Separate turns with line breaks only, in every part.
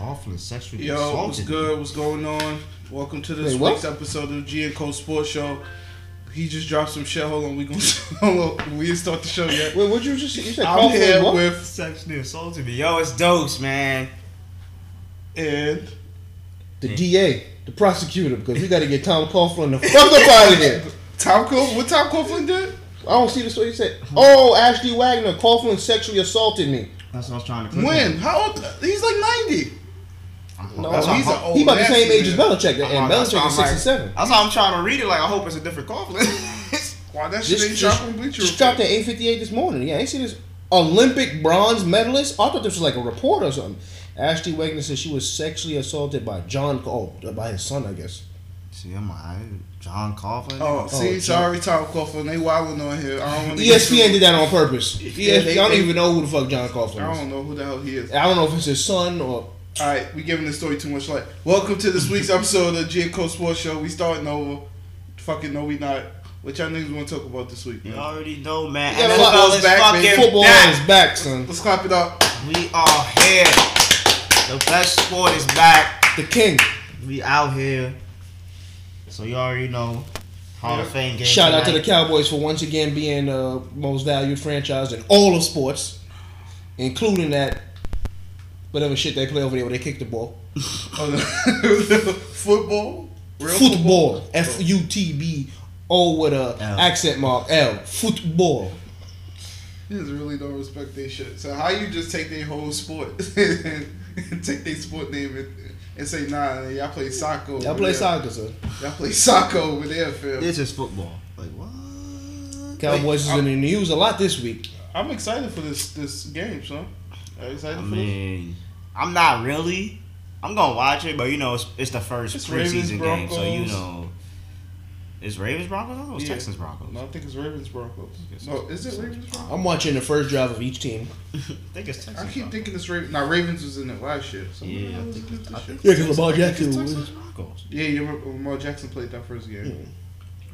awful and sexually
Yo,
assaulted.
what's good? What's going on? Welcome to this
Wait, what?
week's episode of G and Co Sports Show. He just dropped some shit. Hold on, we gonna hold on. We didn't start the show yet.
Wait, what'd you just say? You said
I'm
Cowboys
here
what?
with
Sexually assaulted me. Yo, it's dopes, man.
and
the DA, the prosecutor, because we got to get Tom Coughlin the fuck up out of here.
Tom Coughlin. What Tom Coughlin did?
I don't see the story. You said, "Oh, Ashley Wagner, Coughlin sexually assaulted me."
That's what I was trying to click on.
When? How old? He's like ninety.
I'm-
No,
that's how-
he's
I'm-
an old Oh
he about the
nasty
same age as
man.
Belichick,
I'm-
and
that's
Belichick
why
is
I'm like-
sixty-seven.
That's how I'm trying to read it. Like, I hope it's a different Coughlin.
Why that shit
Just,
ain't
just,
dropped on Bleacher Report?
just dropped at eight fifty-eight this morning. Yeah, I ain't see this Olympic bronze medalist. I thought this was like a report or something. Ashley Wagner said she was sexually assaulted by John, oh, by his son, I guess.
See, am I John Coughlin?
Oh, see,
Oh, E
sorry, Tom Coughlin. They wilding on here. I don't want
ESPN did that on purpose. E
Yeah, they-
I don't
they-
even know who the fuck John Coughlin is.
I don't know who the hell he is.
I don't know if it's his son or
All right, we giving this story too much light. Welcome to this week's episode of G and Co Sports Show. We starting over. Fucking no, we not. What y'all niggas want to talk about this week,
You
man?
already know, man.
Yeah,
NFL is
football's back, man.
fucking
football
back.
is back, son.
Let's clap it up.
We are here. The best sport is back.
The king.
We out here. So you already know. Hall of
Yeah.
Fame game.
Shout out to the
tonight.
Cowboys for once again being the most valued franchise in all of sports, including that whatever shit they play over there where they kick the ball.
Oh, no. football? Real
football. F U T B O with a
L.
accent mark L. Football.
You just really don't respect their shit. So how you just take their whole sport and take their sport name and, and say, nah, y'all play soccer.
Y'all
over
play
there.
soccer, son.
Y'all play soccer over there, Phil.
This is football. Like what?
Cowboys is in the news a lot this week.
I'm excited for this this game, son. Are you excited
I
for this?
mean, I'm not really. I'm gonna watch it, but you know, it's, it's the first
It's
preseason
Ravens,
game, so you
Broncos.
know. It's Ravens Broncos. I thought it was
Yeah.
Texans Broncos.
No, I think it's Ravens Broncos.
Yes.
No, is it Ravens Broncos?
I'm watching the first drive of each team.
I think it's Texans.
I keep
Broncos.
thinking it's Ravens. Now Ravens was in it last year. So
Yeah,
yeah,
I
I
think- I think-
Yeah, because Lamar
I think it's
Jackson
Texans Broncos.
yeah, you remember Lamar Jackson played that first game.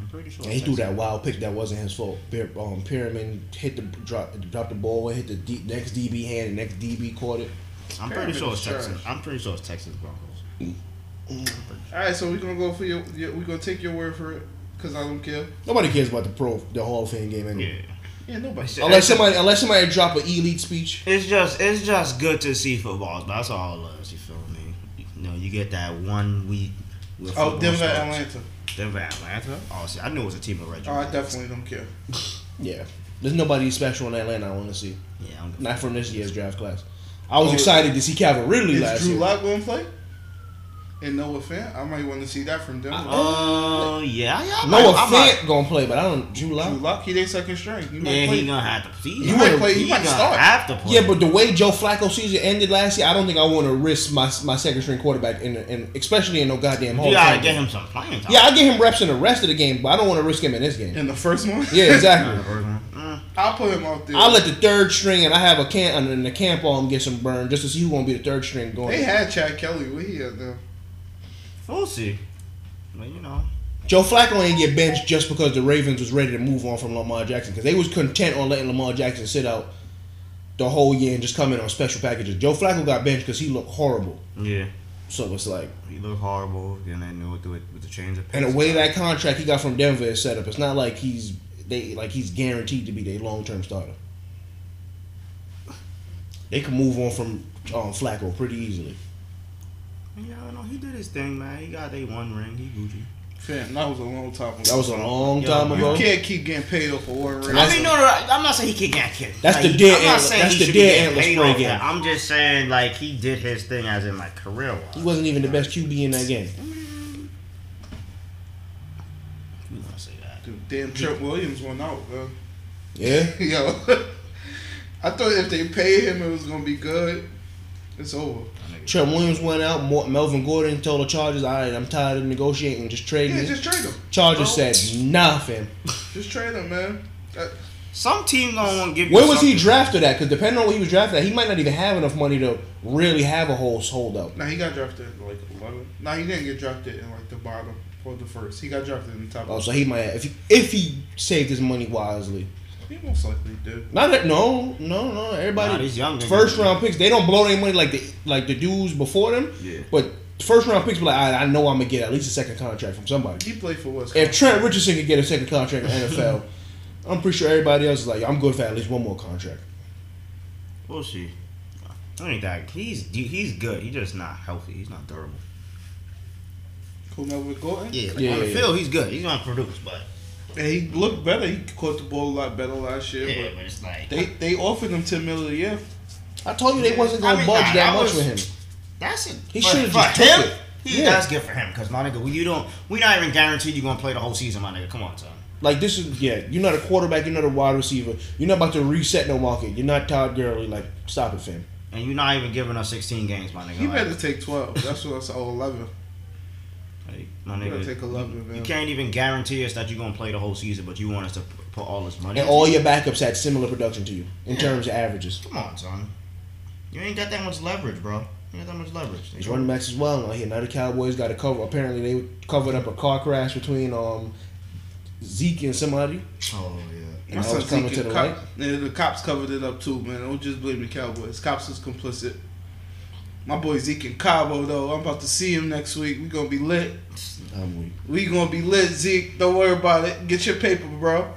I'm pretty sure.
Yeah, he
it's
threw that
Texans.
wild pick that wasn't his fault. Pyr- Um, Pyramid hit the drop, dropped the ball, hit the D, next DB hand, the next DB caught it.
I'm pretty
Pyramid
sure it's
is trash.
Texans. I'm pretty sure it's Texans Broncos.
All right, so we're gonna go for your, your we're gonna take your word for it because I don't care.
Nobody cares about the pro, the Hall of Fame game anyway.
Yeah.
Yeah, nobody.
It's-
Unless somebody, unless somebody drop an elite speech.
It's just it's just good to see football. That's all it is. You feel me? You know, you get that one week. With
Oh,
football
Denver,
starts.
Atlanta.
Denver, Atlanta. Oh, see, I knew it was a team of red.
Oh, I
jerseys.
definitely don't care.
Yeah, there's nobody special in Atlanta. I want to see
Yeah, I'm
not from this year's draft class. I was
Oh,
excited to see Calvin Ridley
Is
last
Drew
year.
Lock going to play? And Noah Fant? I might want to see that from Denver.
Oh yeah, yeah. I might-
Noah
I might-
Fant gonna play, but I don't Drew
Drew
Lock.
Lock, he their second string. He might
Yeah,
play.
he gonna have to play.
He might play- he might
gonna
start.
Have to play.
Yeah, but the way Joe Flacco season ended last year, I don't think I want to risk my my second string quarterback in, in especially in no goddamn Hall
you
of
gotta
Fame
get
game.
him some playing time.
Yeah, I get him reps in the rest of the game, but I don't want to risk him in this game.
In the first one?
Yeah, exactly.
Mm,
I'll put him out there.
I'll let the third string and I have a can and the camp arm get some burn just to see who's gonna be the third string going.
they had Chad Kelly. Where he at now?
we'll see. But you know,
Joe Flacco ain't get benched just because the Ravens was ready to move on from Lamar Jackson because they was content on letting Lamar Jackson sit out the whole year and just come in on special packages. Joe Flacco got benched because he looked horrible.
yeah,
So it's like,
he looked horrible. Then they knew what to do with with the change of
and
pace.
the way that contract he got from Denver is set up, it's not like he's they like he's guaranteed to be their long term starter. They can move on from um, Flacco pretty easily.
Yeah, no, he did his thing, man. He got a one ring. He Gucci.
Fant, that was a long time ago.
That was a long
Yo,
time
you
ago.
You can't keep getting paid off for one ring.
I mean, no, no, I'm not saying he can get kicked.
That's
Like,
the dead
I'm not
antler-
saying
that's
he
the
should be
dead
getting
antler
paid
spray
off that.
game.
I'm just saying, like, he did his thing as in, like, career
He
wise.
wasn't even the best QB in that game.
You want to say that?
Dude, damn, Trent Williams went out, bro.
Yeah.
Yo. I thought if they paid him, it was going to be good. It's over.
Trent Williams went out. Mor- Melvin Gordon told the Chargers, "All right, I'm tired of negotiating. Just trade
Yeah,
me."
just trade him.
Chargers
Oh.
said nothing.
Just trade him, man. Uh,
Some team don't want to give you.
Where was he
something.
drafted at? Because depending on where he was drafted at, he might not even have enough money to really have a whole holdout.
Nah, he got drafted in like eleven. Nah, he didn't get drafted in like the bottom or the first. He got drafted in the top.
Oh, so he might have, if he, if he saved his money wisely.
He most likely do.
Not that no, no, no.
Nah,
Everybody
these young niggas-
first round picks, they don't blow their money like the like the dudes before them.
Yeah.
But first round picks, be like I, I know I'm gonna get at least a second contract from somebody.
He played for West.
If Trent Richardson could get a second contract in the NFL, I'm pretty sure everybody else is like, I'm good for at least one more contract.
We'll see. I ain't that. He's he's good. He's just not healthy. He's not durable.
Whomever Gordon.
Yeah, like
Yeah,
on the
yeah,
field, he's good. He's gonna produce, but
And he looked better. He caught the ball a lot better last year.
yeah,
But
but it's like
they they offered him ten million a year.
I told you they wasn't
I
gonna
mean,
budge
nah,
that
I
much
was-
with him.
that's it.
He
For-
should've
for
just took
him.
it.
He,
Yeah.
That's good for him because my nigga, we you don't. We not even guaranteed you gonna play the whole season, my nigga. Come on, son.
Like this is yeah, you're not a quarterback, you're not a wide receiver, you're not about to reset no market, you're not Todd Gurley. Like stop it, fam.
And you're not even giving us 16 games, my nigga.
He
Like,
better take twelve. That's what I saw. Eleven.
like, my
He better
nigga,
take eleven, man.
you can't even guarantee us that you're gonna play the whole season, but you want us to p- put all this money.
And
into
all
it?
your backups had similar production to you in terms of averages.
Come on, son. You ain't got that much leverage, bro. You ain't got that much leverage.
These running backs as well out here. Now the Cowboys got to cover. Apparently they covered up a car crash between um Zeke and somebody.
Oh yeah.
My
And that was
son's
coming to
thinking
the
cop-
light.
yeah, the cops covered it up too, man. Don't just blame the Cowboys. Cops is complicit. My boy Zeke in Cabo though. I'm about to see him next week. We gonna be lit.
I'm weak.
We gonna be lit, Zeke. Don't worry about it. Get your paper, bro.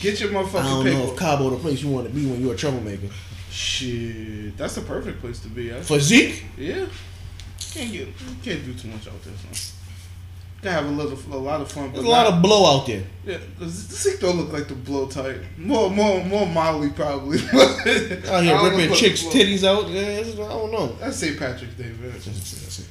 Get your
I
motherfucking
don't know if
paper.
Cabo the place you want to be when you're a troublemaker.
Shit, that's the perfect place to be. At.
For Zeke,
Yeah, can't get, you can't do too much out there. Son. Gotta have a little, a lot of fun. But
there's a lot
not-
of blow out there.
Yeah, Zeke don't look like the blow type. More, more, more Molly probably.
Out
Out
here ripping chicks' titties out. Yeah, it's- I don't know.
That's St. Patrick's Day, man.
That's-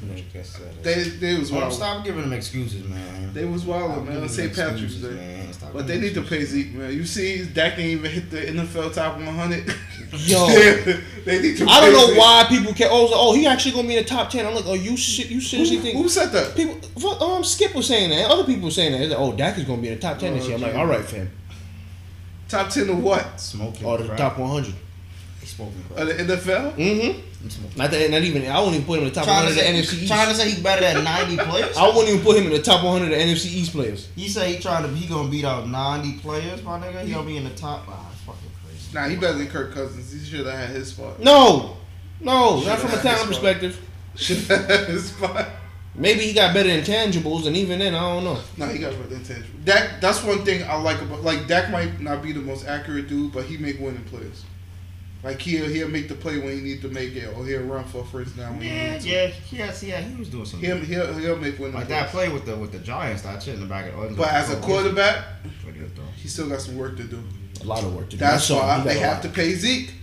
They, they was
Well,
wild.
stop giving them excuses, man.
They was
Stop
wild, man.
giving
on St.
them
Patrick's
excuses,
Day.
man. Stop
But they
giving
need to
them
pay Zeke, man. You see, Dak ain't even hit the NFL top 100.
Yo.
they need to.
I don't
pay
know
Zeke.
why people can. Oh, oh, he actually gonna be in the top ten. I'm like, oh, you shit, you seriously
Who,
think
who said that?
people? fuck, Um, Skip was saying that. Other people were saying that. It's Like, oh, Dak is gonna be in the top ten this
Oh,
year. I'm like,
okay.
all right, fam,
Top 10 of what?
Smoking.
or the
crack.
top 100.
He's Smoking. crack.
Of the NFL?
Mm-hmm.
He's smoking.
Not that, not even. I wouldn't even put him in the top
Trying to
100 of the
say,
NFC East.
trying to say he's better than 90 players.
I wouldn't even put him in the top 100 of the NFC East players.
You say he trying to he gonna beat out 90 players, my nigga. He gonna be in the top. Ah, it's fucking crazy.
Nah, he better than Kirk Cousins. He should have had his spot.
No, no, not from a
Should've had
talent
this one.
perspective.
Should have had his spot.
Maybe he got better intangibles, and even then, I don't know.
No, he got rid of intangible. Dak, that's one thing I like about like Dak might not be the most accurate dude, but he make winning plays. Like he'll he'll make the play when he need to make it, or he'll run for a first down. When he
Yeah,
need to.
yeah, yeah, see, yeah. He was doing some
He'll, he'll he'll make winning
like
plays.
that play with the with the Giants. That shit in the back of the
But as a quarterback,
Pretty good throw.
he still got some work to do.
A lot of work to do.
That's
all.
why
He got
they
a
have
lot.
to pay Zeke.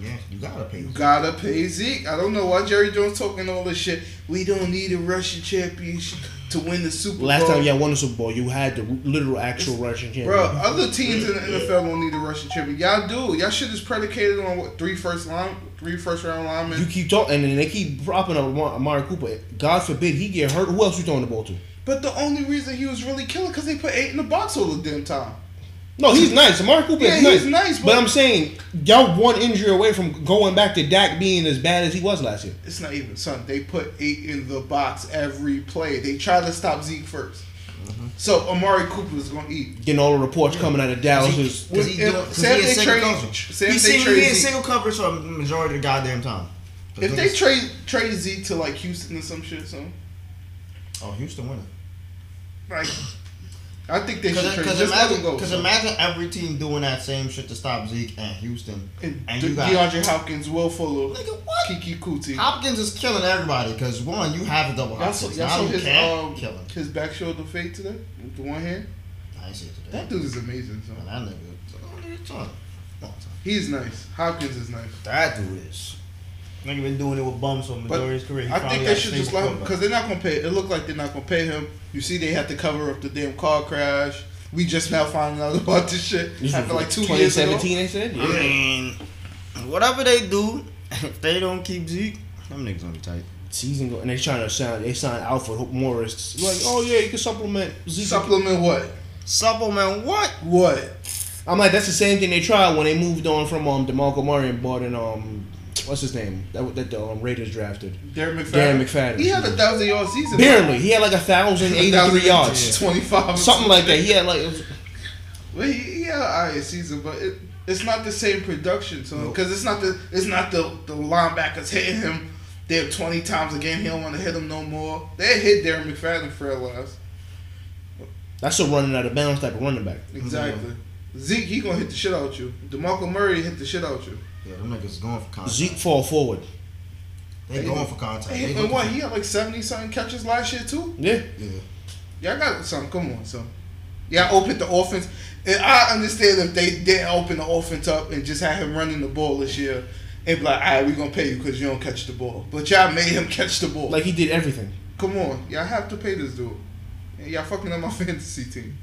Yeah, you gotta pay.
You gotta pay Zeke. I don't know why Jerry Jones talking all this shit. We don't need a Russian championship to win the Super
Last
Bowl.
time y'all won the Super Bowl, you had the literal actual Russian champion.
Bro, other teams in the NFL don't need a rushing champion. Y'all do. Y'all shit is predicated on what three first line, three first round
You
linemen.
keep talking, and they keep propping up Amar- Amari Cooper. God forbid he get hurt. Who else you throwing the ball to?
But the only reason he was really killing because they put eight in the box all the damn time.
No, he's nice. Amari Cooper
Yeah,
is nice.
he's nice,
but,
but-
I'm saying y'all one injury away from going back to Dak being as bad as he was last year.
It's not even son. They put eight in the box every play. They try to stop Zeke 1st
Mm-hmm.
So Amari Cooper is gonna eat.
Getting all the reports coming out of Dallas is
Because he,
If-
doing- 'cause
say
he
if
in
they
single
trade-
coverage.
say if
He's
they
single, he
trade
in
Zeke.
single coverage for the majority of the goddamn time.
If they trade trade Zeke to like Houston or some shit, so
oh Houston winning.
like I think they should trade.
Because
Just let him
imagine,
go.
'cause
son.
imagine every team doing that same shit to stop Zeke and Houston.
And
and
De-
you got-
DeAndre Hopkins, Will Fuller,
Nigga, what?
Kiki Kuti.
Hopkins is killing everybody because one, you have a double
Y'all
Hopkins.
saw, y'all
Now
saw
you
his
can't
um,
kill him.
his back shoulder fade today with the one hand.
I ain't see it today.
That dude is amazing.
Man,
Son.
that nigga, son, son, son.
He's nice. Hopkins is nice.
that dude is. Nigga been doing it with bums for majority of his career. He
I
finally
think
got
they
a
should
stable
just let him
quarterback.
because they're not gonna pay. It looked like they're not gonna pay him. You see, they had to cover up the damn car crash. We just now finding out about this shit
This
after
was
like two years ago. Uh-huh.
2017. They said,
I
yeah.
mean, whatever they do, if they don't keep Zeke, them niggas gonna be tight.
season, go- and they trying to sign. They signed Alfred Morris. Like, oh yeah, you can supplement Zeke.
Supplement what?
Supplement what?
What?
I'm like, that's the same thing they tried when they moved on from um Demarco Murray and bought in um what's his name that that the um, Raiders drafted.
Darren McFadden.
Darren McFadden.
He had a thousand yard season.
Barely, he had like a thousand eighty three yards,
twenty five,
something like that. He had like it was-
Well, he, yeah, I season, but it, it's not the same production to him because it's not the it's not the the linebackers hitting him. They're twenty times a game. He don't want to hit him no more. They hit Darren McFadden for their lives.
That's a running out of bounds type of running back.
Exactly. Zeke, he gonna hit the shit out you. Demarco Murray hit the shit out you.
Yeah, them niggas going for contact.
Zeke fall forward.
They going for contact. They
And
looking
what?
for-
He had like seventy something catches last year too.
Yeah.
Yeah.
Y'all got some. Come on, some. Y'all opened the offense. And I understand if they didn't open the offense up and just had him running the ball this year, and be like, all right, we gonna pay you because you don't catch the ball. But y'all made him catch the ball. Like,
Like he did everything.
come on, y'all have to pay this dude. And y'all fucking up my fantasy team.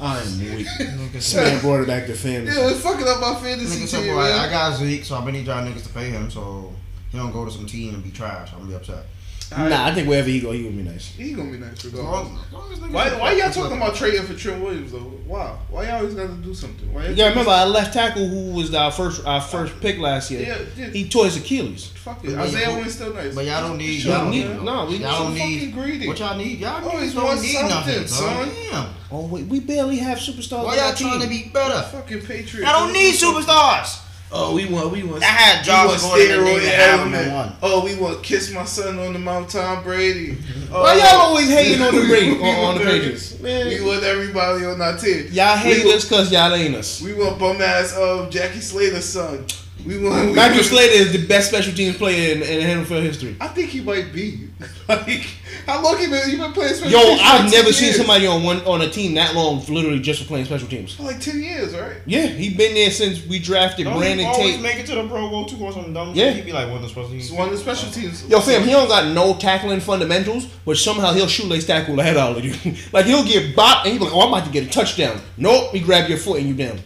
I'm weak. This
Niggas,
man brought it back to family.
Yeah, it's fucking up my fantasy
niggas simple,
team.
like,
man.
I got Zeke, so I've been need y'all niggas to pay him, so he don't go to some team and be trash. I'm gonna be upset.
All right,
Nah, I think wherever he go, he would be nice.
he gonna be nice
As
regardless.
long- as long as niggas-
Why, why y'all talking about trading for Trent Williams though? Why? Why y'all always gotta do something? Why y'all
Yeah, remember our left tackle who was our first our first pick last year.
Yeah, yeah.
He tore his Achilles.
Fuck
But
it.
y'all-
Isaiah Wynn still nice.
But y'all don't need.
Sure,
Y'all don't
we-
need.
no, we
y'all don't
need some
need.
fucking greedy.
What y'all need? Y'all
Always
niggas don't
want
need
something,
nothing, son.
son.
Damn.
Oh wait, we barely have superstars.
Why
on our
y'all trying to
team.
be better?
Fucking Patriots.
Y'all don't need superstars.
Oh, we want, we want.
I had
we
Jarvis
want
going in the
steroid
nigga album
element.
and one.
Oh, we want kiss my son on the mouth, Tom Brady. Oh,
Why y'all always hating on the ring
we
on, on the
want-
pages?
We want everybody on our team.
Y'all hate
we
us cause y'all ain't us.
Want, we want bum ass of Jackie Slater's son. We want. We
Matthew
want-
Slater is the best special teams player in, in NFL history.
I think he might be. like, how long he been? You been playing? special
Yo,
teams for
I've
10
never seen
years?
somebody on one on a team that long, for literally just for playing special teams.
for like ten years, right?
Yeah, he been there since we drafted
Don't he
Brandon
always
Tate.
make it to the Pro Bowl too or something dumb?
Yeah.
Yeah. He be like one of the special teams.
It's one of the special teams.
Yo, fam, he don't got no tackling fundamentals, but somehow he'll shoelace tackle the head out of you. like he'll get bopped and he be like, "Oh, I'm about to get a touchdown." Nope, he grab your foot and you down.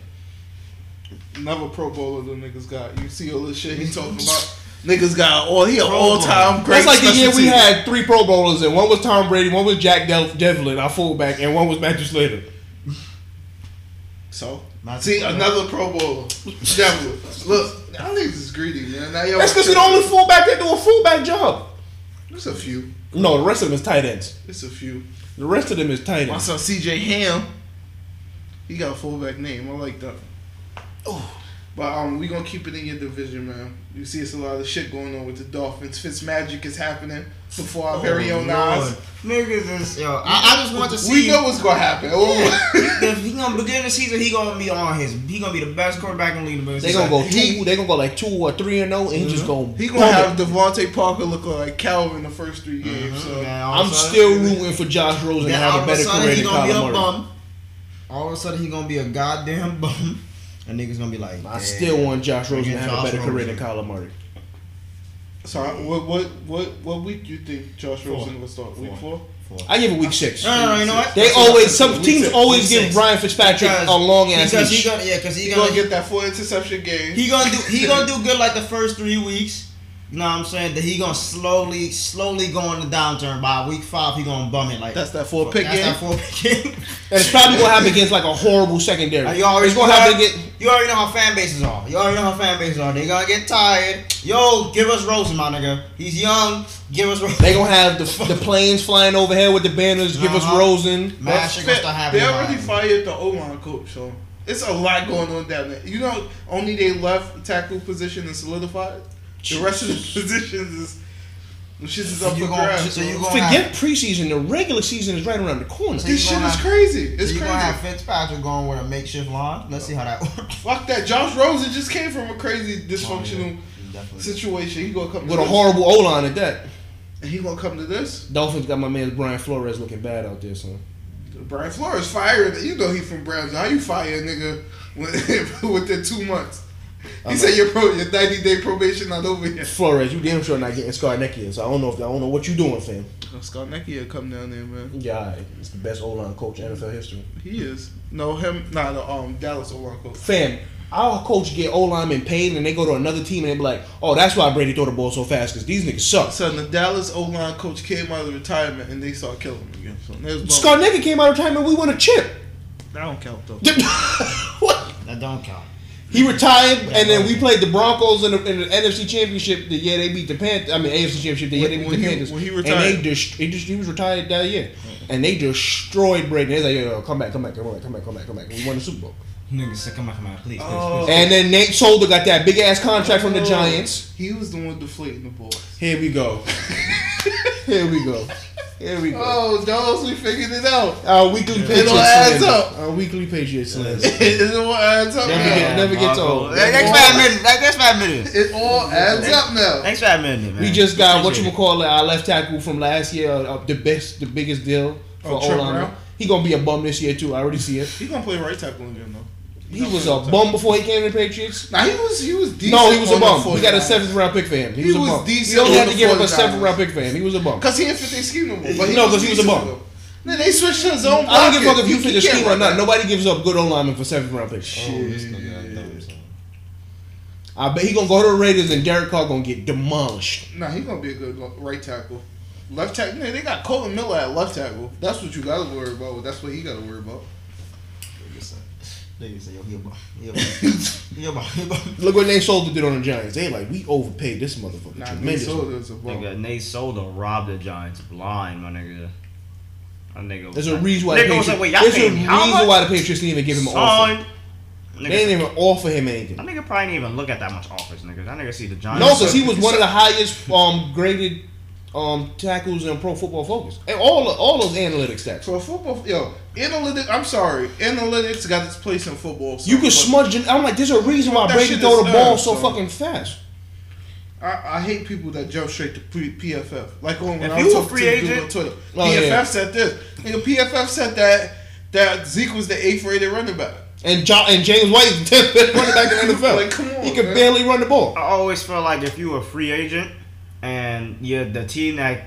Another Pro Bowler them niggas got. You see all this shit he talking about. Niggas got all he an all time great.
That's like the
special
year we
team.
had three Pro Bowlers, and one was Tom Brady, one was Jack Del- Devlin, our fullback, and one was Matthew Slater.
So
Matthew
see
Slater.
another Pro Bowler. Devil. Look, now niggas is greedy, man. Now y'all.
That's because he's the only fullback that do a fullback job.
It's a few.
No, the rest of them is tight ends.
It's a few.
The rest of them is tight
My
ends.
son CJ Ham. He got a fullback name. I like that. Oh. But um, we gonna keep it in your division, man. You see, it's a lot of shit going on with the Dolphins. Fitz magic is happening before our very
Oh,
own
Lord.
eyes.
Niggas is yo. I, I just want to see.
We know what's gonna happen. Oh.
if he gonna begin the season, he gonna be on his. He gonna be the best quarterback in the league.
They gonna go two.
He-
they gonna go like two or three and zero, and he
Mm-hmm.
just gonna.
He
bum
gonna
it.
have Devontae Parker look like Calvin the first three games.
Mm-hmm.
So
I'm still rooting for Josh Rosen to
Then
have
all
a
of a
better
sudden
career
he
than
gonna be a
Kyler Murray.
bum. All of a sudden he gonna be a goddamn bum, and niggas gonna be like,
I still want Josh
We
Rosen to
get
have a
Josh
better career
Rosen.
than Kyler Murray.
So I- what what what what week do you think Josh Rosen will start? Week four.
Four. Four.
I give it week six.
No, no, no, you know what?
They
That's
always
enough.
some
We
teams
six.
always
We
give
six.
Brian Fitzpatrick a long ass
because
leash.
he gonna yeah because he
He
gonna,
gonna get that four interception game.
he gonna do he gonna do good like the first three weeks. You know what I'm saying? That he gonna slowly slowly go on the downturn. By week five he gonna bum it like
That's that four pick
that's
game.
that four pick game.
And it's probably gonna happen against like a horrible secondary.
Like, you already
it's gonna
you
happen
already-
against
You already know how fan bases are. You already know how fan bases are. They gonna get tired. Yo, give us Rosen, my nigga. He's young. Give us Rosen.
they gonna have the, the planes flying overhead with the banners. Give us
Uh-huh.
Rosen.
Man, that
But
shit gonna start
They
happening.
already
man.
fired the O line coach, so it's a lot going on down there. You know, only they left tackle position is solidified. The rest of the positions is the shit is up
You
for
gonna-
grabs.
so
bro.
you gonna-
Forget preseason. The regular season is right around the corner.
So you
this shit
gonna
is
have-
crazy. It's
so you
crazy.
gonna have Fitzpatrick going with a makeshift line? Let's see how that works.
Fuck that. Josh Rosen just came from a crazy dysfunctional
Definitely.
situation. He gonna come
With
to
a horrible O line at that.
this. He gonna come to this.
Dolphins got my man Brian Flores looking bad out there, son.
Brian Flores fired. You know he from Browns. How you fire a nigga when- within two months? He
I'm
said your pro, your ninety day probation not over yet.
Flores, you damn sure not getting Scarnecchia, so I don't know if I don't know what you doing, fam.
Scott Necky will come down there, man.
Yeah, all right. it's the best O line coach in NFL history.
He is. No, him. Nah, the um Dallas O-line coach.
Fam, our coach get O line in pain and they go to another team and they be like, oh, that's why Brady throw the ball so fast because these niggas suck.
So the Dallas O-line coach came out of retirement and they started killing him again. So there's bump.
Scarnecchia came out of retirement, we won a chip.
That don't count though.
what?
That don't count.
He retired, and then we played the Broncos in the, in the NFC Championship the year they beat the Panthers. I mean, AFC Championship the
When-
year they beat
when
the
he-
Panthers.
when he
and they
retired.
just, he just he was retired that year. and they destroyed Brady. They was like, yo, yo, come back, come back, come back, come back, come back, come back. We won the Super Bowl.
Nigga said, come on, come on, please, please,
Oh.
please.
And then Nate Solder got that big ass contract from the Giants.
He was the one deflating the ball.
Here we go. Here we go. Here we go.
Oh, those we figured it out.
Our weekly Patriots
all adds
slander.
up.
Our weekly Patriots slander.
it all adds up
Never,
now.
get, never gets
Marco.
old.
Hey, Next five minutes. like, Next five minutes.
It all adds up now.
Next five minutes, man.
We just got what you
Appreciate
would call it, our left tackle from last year, uh, the best, the biggest deal for
Oh, Trent
Olana.
Brown?
He gonna be a bum this year too. I already see it.
He gonna play right tackle again though.
He was a bum before he came to the Patriots.
Nah, he was he was decent.
No, he was a
on the
bum. We got a
49ers.
seventh round pick for him. He,
He
was,
was
a bum.
decent
You don't
on
have
the
to give up a
49ers.
seventh round pick for him. He was a bum.
Cause he didn't fit their scheme no more. But he
No,
was
'cause he was a
decent,
bum.
though. Nah, they switched to his own.
I don't give a
pocket.
fuck if you
He-
fit
he
the
can't
scheme or
run
not.
that.
Nobody gives up good O lineman for seventh round picks.
Oh, this nigga, I thought it was-
I bet he gonna go to the Raiders and Derek Carr gonna get demolished.
Nah, he gonna be a good lo- right tackle. Left tackle. Nah, they got Colton Miller at left tackle. That's what you gotta worry about. That's what he gotta worry about.
Nigga said, yo, he a bum. He a bum. He a bum. He a bum.
Look what Nate Solder did on the Giants. They like we overpaid this motherfucker
Nah,
tremendously.
Minnesota's a bum.
Nigga, Nate Solder robbed the Giants blind, my nigga. My nigga. was
There's a
like-
reason why. The
Nigga was
Patriots,
like, wait, y'all
there's a
paying
reason
how much?
why the Patriots didn't even give him an offer.
Son.
They
Nigga,
didn't even offer him anything.
that nigga probably didn't even look at that much offers, nigga. That nigga see the Giants.
No, because he was
Because-
one of the highest um, graded um, tackles in Pro Football Focus, and all all those analytics stats.
For football, yo, analytics. I'm sorry, analytics got its place in football. so
You could
fuck-
smudge it. I'm like, there's a reason why
That
Brady
shit
throw
is
the ball
sad,
so
so-
fucking fast.
I, I hate people that jump straight to pre- PFF. Like when, when
If
I
you
was
a
talking
free
to the dude
agent-
on Twitter,
Oh,
PFF
yeah.
said this. Nigga, PFF said that that Zeke was the eighth rated running back.
And jo- and James White is the 10th best running back in the NFL.
Like, come on,
he could
man.
barely run the ball.
I always felt like if you were a free agent and you're the team that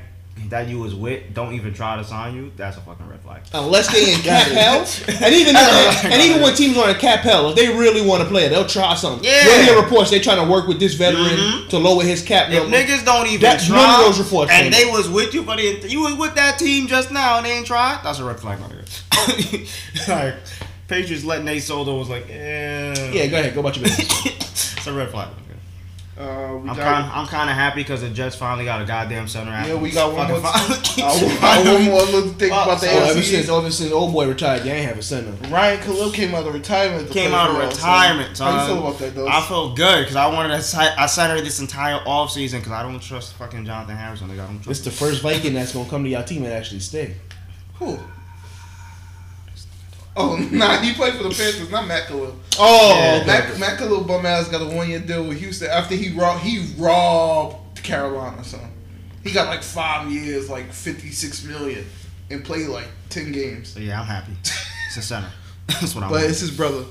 that you was with don't even try to sign you, that's a fucking red flag.
Uh, Unless they in cap hell, and even and even when teams are in cap hell, if they really want to play it, they'll try something.
Yeah.
When hear reports, they're trying to work with this veteran
Mhm.
to lower his cap
If
number.
niggas don't even
That's
try,
none of those reports
and
came
they was with you, but they, you was with that team just now and they ain't tried. That's a red flag, my nigga. like Patriots let Nate Solder was like, eh.
Yeah, go ahead, go about your business.
it's a red flag. my nigga.
Uh, we
I'm
got,
kind, I'm kind of happy because the Jets finally got a goddamn center.
yeah, we got one more.
Fucking
I, I, one more little thing
Fuck.
about the
Oh, ever
AFC.
since ever since old boy retired, you ain't have a center.
Ryan Khalil came out of retirement. to
came
play
out of
for us, so-
retirement. Son.
How you feel about that, though?
I felt good because I wanted to. si- I centered this entire offseason because I don't trust fucking Jonathan Harrison. Like, I don't
It's
trust.
the first Viking that's gonna come to your team and actually stay.
Who? Oh, nah, he played for the Panthers, not Matt Khalil.
Oh,
Mac, Mac a little bum ass got a one year deal with Houston after he robbed he robbed Carolina son. He got like five years, like fifty six million, and played like ten games.
So, yeah, I'm happy. It's a center. That's what I
But
want.
it's his brother.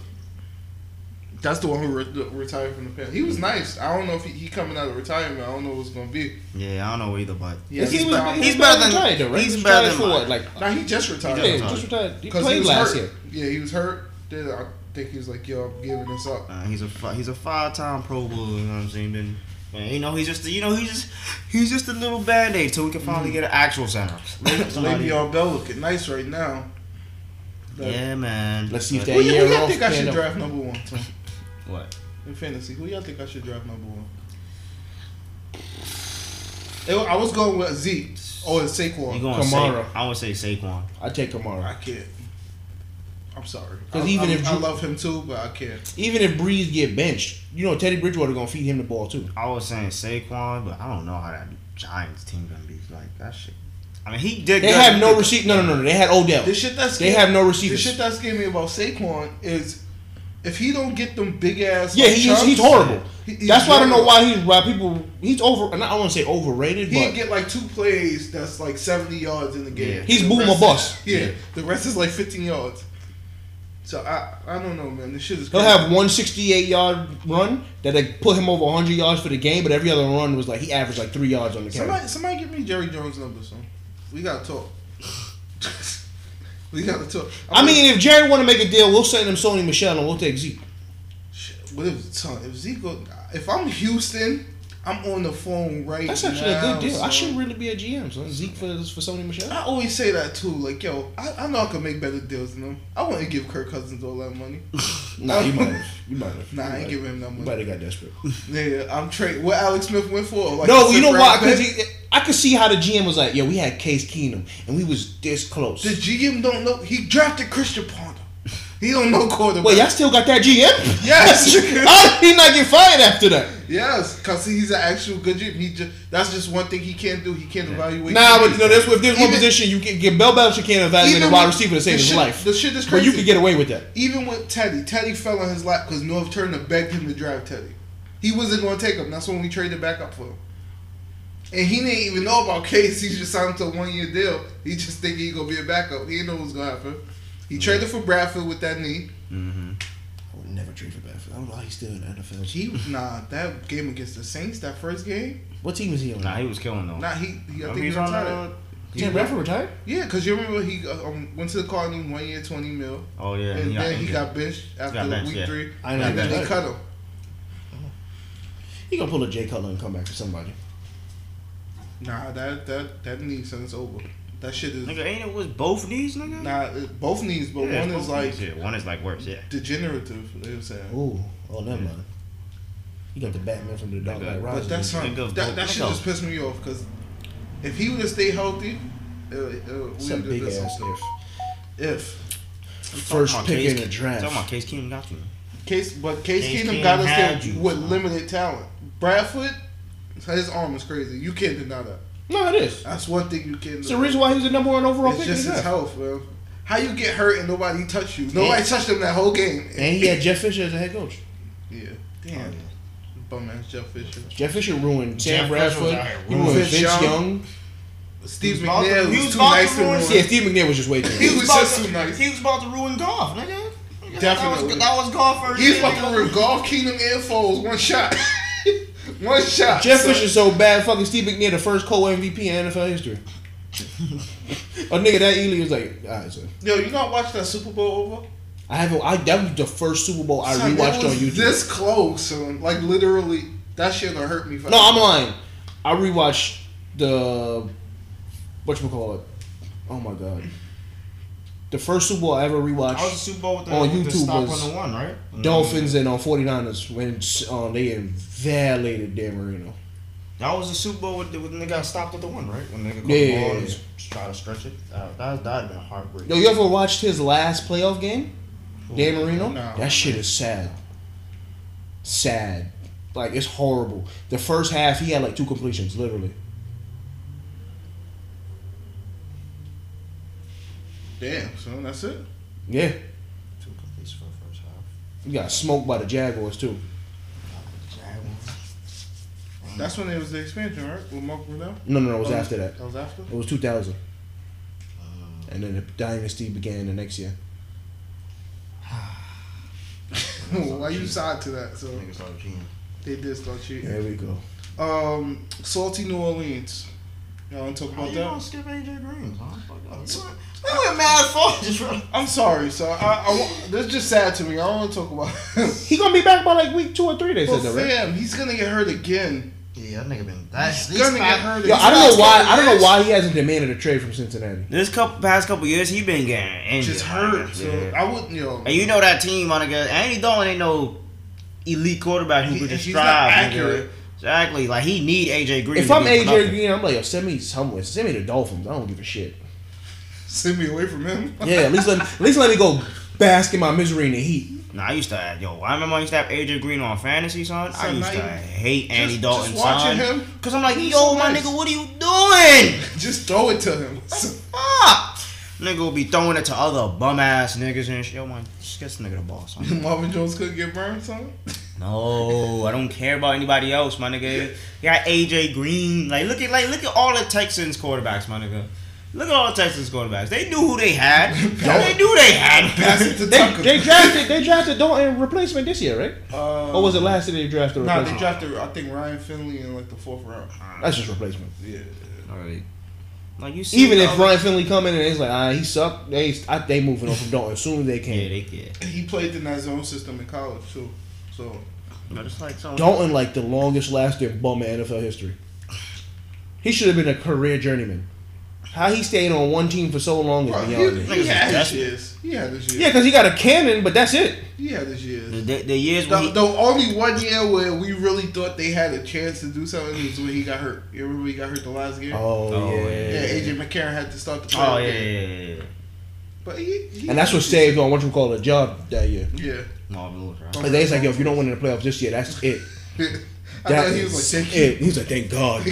That's the one who re- retired from the Panthers. He was nice. I don't know if he, he coming out of retirement. I don't know what's gonna be.
Yeah, I don't know either, but
Yeah,
he
he's
was,
back.
he
he's
was
better than-
retired, though, right?
he's
He was
better
retired
than
for what?
mine.
Like
Nah, he just retired.
yeah, just retired. He
Because he
played
was
last
hurt.
year.
Yeah, he was hurt. Then I think he was like, "Yo, I'm giving this up."
uh, he's a fi- he's a five time Pro Bowl. You know what I'm saying? Then, man, you know he's just you know he's just he's just a little band aid till we can
Mm.
finally get an actual center. Somebody-
Le'Veon Bell looking nice right now. Like,
yeah, man.
Let's see if
But-
that
Who, y-
year
who y'all
off
think I should
panned out.
draft number one Tom,
what
in fantasy? Who y'all think I should draft number one? It, wa- I was going with Zeke or
you
Saquon.
going to say?
Kamara.
I would say Saquon.
I take
I
Kamara.
can't. I'm sorry.
'Cause
I-
even
I,
if
I
Drew-
love him too, but I can't.
Even if Breeze get benched, you know Teddy Bridgewater gonna feed him the ball too.
I was saying Saquon, but I don't know how that Giants team gonna be like that shit. I mean, he did.
They
good.
have no receiver. No, no, no, no. They had Odell.
The shit that's
They have no receivers.
The shit that scared me about Saquon is if he don't get them big ass.
Yeah, he is,
chunks,
he's horrible.
he- he's
That's why I don't know
horrible.
why he's why people he's over. And I don't want to say overrated,
He
but
get like two plays that's like seventy yards in the game.
Yeah.
He's
The
boom or
rest-
bust.
Yeah,
Yeah.
the rest is like fifteen yards. So I, I don't know, man. This shit is.
he'll
crazy.
have one sixty-eight yard run that they put him over hundred yards for the game. But every other run was like he averaged like three yards on the carry.
Somebody, somebody give me Jerry Jones' number, son. We gotta talk. we gotta talk.
I mean, if Jerry want to make a deal, we'll send him Sony Michelle and we'll take Zeke.
shit, what if son, if Zeke, go- if I'm Houston, I'm on the phone right
That's
now.
actually a good deal. I
son.
should really be a GM. So Zeke for for Sony Michelle.
I always say that too. Like, yo, I, I know I could make better deals than them. I wouldn't give Kirk Cousins all that money.
Nah, you might have. You might have.
Nah, I ain't
You
giving him that
might
money.
have got desperate.
Nigga, I'm trade. What Alex Smith went for? Like
no,
a
you know
fifth
why?
round
Because
pick?
I could see how the GM was like, yo, we had Case Keenum and we was this close.
The GM don't know. He drafted Christian Ponder. He don't know quarterback.
Wait, y'all still got that GM?
Yes.
how did he not get fired after that?
Yes, cause he's an actual good GM. He just that's just one thing he can't do. He can't evaluate.
Nah, but you know that's if there's one
Even-
position you can get Bell Belichick can't evaluate a
even
wide
with-
receiver to save
the
his
shit-
life.
The shit is
But
crazy.
you could get away with that.
even with Teddy, Teddy fell on his lap because North Turner begged him to drive Teddy. He wasn't going to take him. That's when we traded back up for him. And he didn't even know about Case. He just signed him to a one year deal. He just thinking he gonna be a backup. He didn't know what was gonna happen. He traded for Bradford with that knee.
Mm-hmm.
I would never trade for Bradford. I don't know how he's still in the NFL.
He nah that game against the Saints that first game.
What team is he on?
Nah, he was killing though.
Nah, he, he I
I
think
mean,
he
he's on
retired.
uh,
Sam Bradford retired?
Yeah, cause you remember he uh, um, went to the Cardinals one year twenty mil,
Oh yeah,
and
he
then he
injured.
got benched after
benched,
week
yeah.
three.
I know
and then
that.
they cut him.
He gonna pull a Jay Cutler and come back to somebody.
Nah, that that that knee sentence over. That shit is
Nigga, ain't it was both knees, nigga?
nah. it- Both knees, but
Yeah,
one
it's
is
both knees,
like
yeah, one is like worse. Yeah,
degenerative. They were saying.
Ooh, oh never mind. He got the Batman from the Dark
Nigga,
Knight
but
Rises.
But that's
Think
not,
of
that,
both-
that shit
think of-
just pissed me off because if he would have stayed healthy, uh, uh, we
some
would
big
have done
ass
some If
I'm talking
First
about
pick
Case-
in the draft.
Talking about Case Keenum got you.
Case, but Case,
Case
Keenum
Keenum
got us
had
there
you.
with limited talent. Bradford, his arm is crazy. You can't deny that.
No, it is.
That's one thing you can't.
It's the
deny.
reason why he was the number one overall
It's
pick. in
just
the
his
draft.
health, bro. How you get hurt and nobody touch you? Nobody touched him that whole game.
And he had Jeff Fisher as a head coach.
Yeah. Damn. Bum ass Jeff Fisher.
Jeff Fisher ruined
Jeff
Sam
Fisher was
Bradford.
out here
He ruined
ruining
Vince
Young.
Young.
Steve
He was Baltimore-
McNair
he
was
was
too nice to
Baltimore.
him.
Yeah, Steve McNair was just
He
waiting.
was
about
just
to,
too nice.
He was about to ruin golf, nigga. Nigga, That
Definitely.
was, that was golf first.
He was
year,
about to
nigga.
rip Golf Kingdom Air Force one shot. one shot.
Jeff
So-
Fisher so bad, fucking Steve McNair, the first co MVP in NFL history. oh nigga, that Ely was like, all right, son.
Yo, you not watch that Super Bowl over?
I haven't. I that was the first Super Bowl I
Son,
rewatched
that
on
was
YouTube.
This close, son. Like literally, that shit gonna hurt me.
no, I'm lying. I rewatched the what you call it. Oh my god, the first Super Bowl I ever rewatched.
That was the Super Bowl with the,
On
with the
YouTube
stop
was
on the one, right?
Dolphins and on 49ers when um, they invalidated Dan Marino.
That was the Super Bowl with the, when they got stopped at the one, right? When they got
Yeah.
the ball and just try to stretch it. That that that'd been heartbreaking.
Yo, you ever watched his last playoff game? Dan Marino?
No.
That shit is sad. Sad. Like it's horrible. The first half he had like two completions, literally.
Damn, son. That's it.
Yeah.
Two completes for the first half.
He got smoked by the Jaguars too.
Jaguars.
That's when it was the expansion, right? With Mark Brunell.
No, no, no, it was after that.
That was after.
It was 2000.
Uh,
And then the dynasty began the next year.
Why you side to that? So
Niggas like Gene.
they did start cheating.
There we go.
Um, salty New Orleans. Y'all want to talk
How
about
you
that?
gonna skip AJ Green? Huh? Fuck that. You went- They went mad for just run.
I'm sorry, so I, I want, this is just sad to me. I don't want to talk about. him.
He gonna be back by like week two or three. They
but
said that, right?
fam, he's gonna get hurt again.
Yeah, that nigga been that.
He's
these
gonna
five-
get hurt.
Yo,
again.
I don't know why. I don't know why he hasn't demanded a trade from Cincinnati.
This couple past couple years, he been getting injured.
Just hurt.
like,
So
yeah.
I wouldn't, yo.
And you know that team, my nigga. Andy Dalton ain't no elite quarterback who
He-
could just
he's
drive.
not
nigga.
accurate.
Exactly. Like he need AJ Green.
If
to
I'm
be
AJ
productive.
Green, I'm like, yo, send me somewhere. Send me the Dolphins. I don't give a shit.
Send me away from him.
Yeah, at least let at least let me go bask in my misery in the heat.
Nah, I used to have, yo. I remember I used to have AJ Green on fantasy, son. I
Son,
used
now
to
you-
hate
just-
Andy
just
Dalton,
watching
son.
him,
Cause I'm like,
he's
yo,
so
my
nice.
nigga, what are you doing?
Just throw it to him. So-
Fuck. Nigga will be throwing it to other bum ass niggas and shit. Yo, man, just get this nigga the ball, son.
Marvin Jones couldn't get burned, son.
No, I don't care about anybody else, my nigga. You got AJ Green. Like look at like look at all the Texans quarterbacks, my nigga. Look at all the Texans quarterbacks. They knew who they had. they knew they
Pass
had.
it to
They,
Tucker.
they drafted they drafted Dalton replacement this year, right?
Uh,
Or was it last year they drafted
Nah,
replacement?
they drafted. I think Ryan Finley in like the fourth round.
That's just replacement.
Yeah.
Alright. Like you see
Even if
dog.
Ryan Finley come in and it's like, ah, he sucked. They I, they moving on from Dalton as soon as they
Yeah,
can.
they can.
He played in that zone system in college too. So
No, just like someone
Dalton like the longest lasting bum in NFL history. He should have been a career journeyman. How he stayed on one team for so long is
Bro,
beyond
he,
me.
Niggas
he
is
had his
desperate.
years. He had his
Yeah,
years.
because he got a cannon, but that's it.
He had his years.
The, the, the years
The,
when he,
the only one year where we really thought they had a chance to do something was when he got hurt. You remember when he got hurt the last game?
Oh,
yeah.
yeah.
yeah, AJ McCarron had to start the
oh
playoff
yeah,
game.
yeah, yeah, yeah.
But he, he
And that's what saved on what you call a job that year.
Yeah.
Marvin Lewis, right?
And they was like, yo, if you don't win in the playoffs this year, that's it.
I
That
thought he
is
was like, thank you.
it. He was like, thank God. He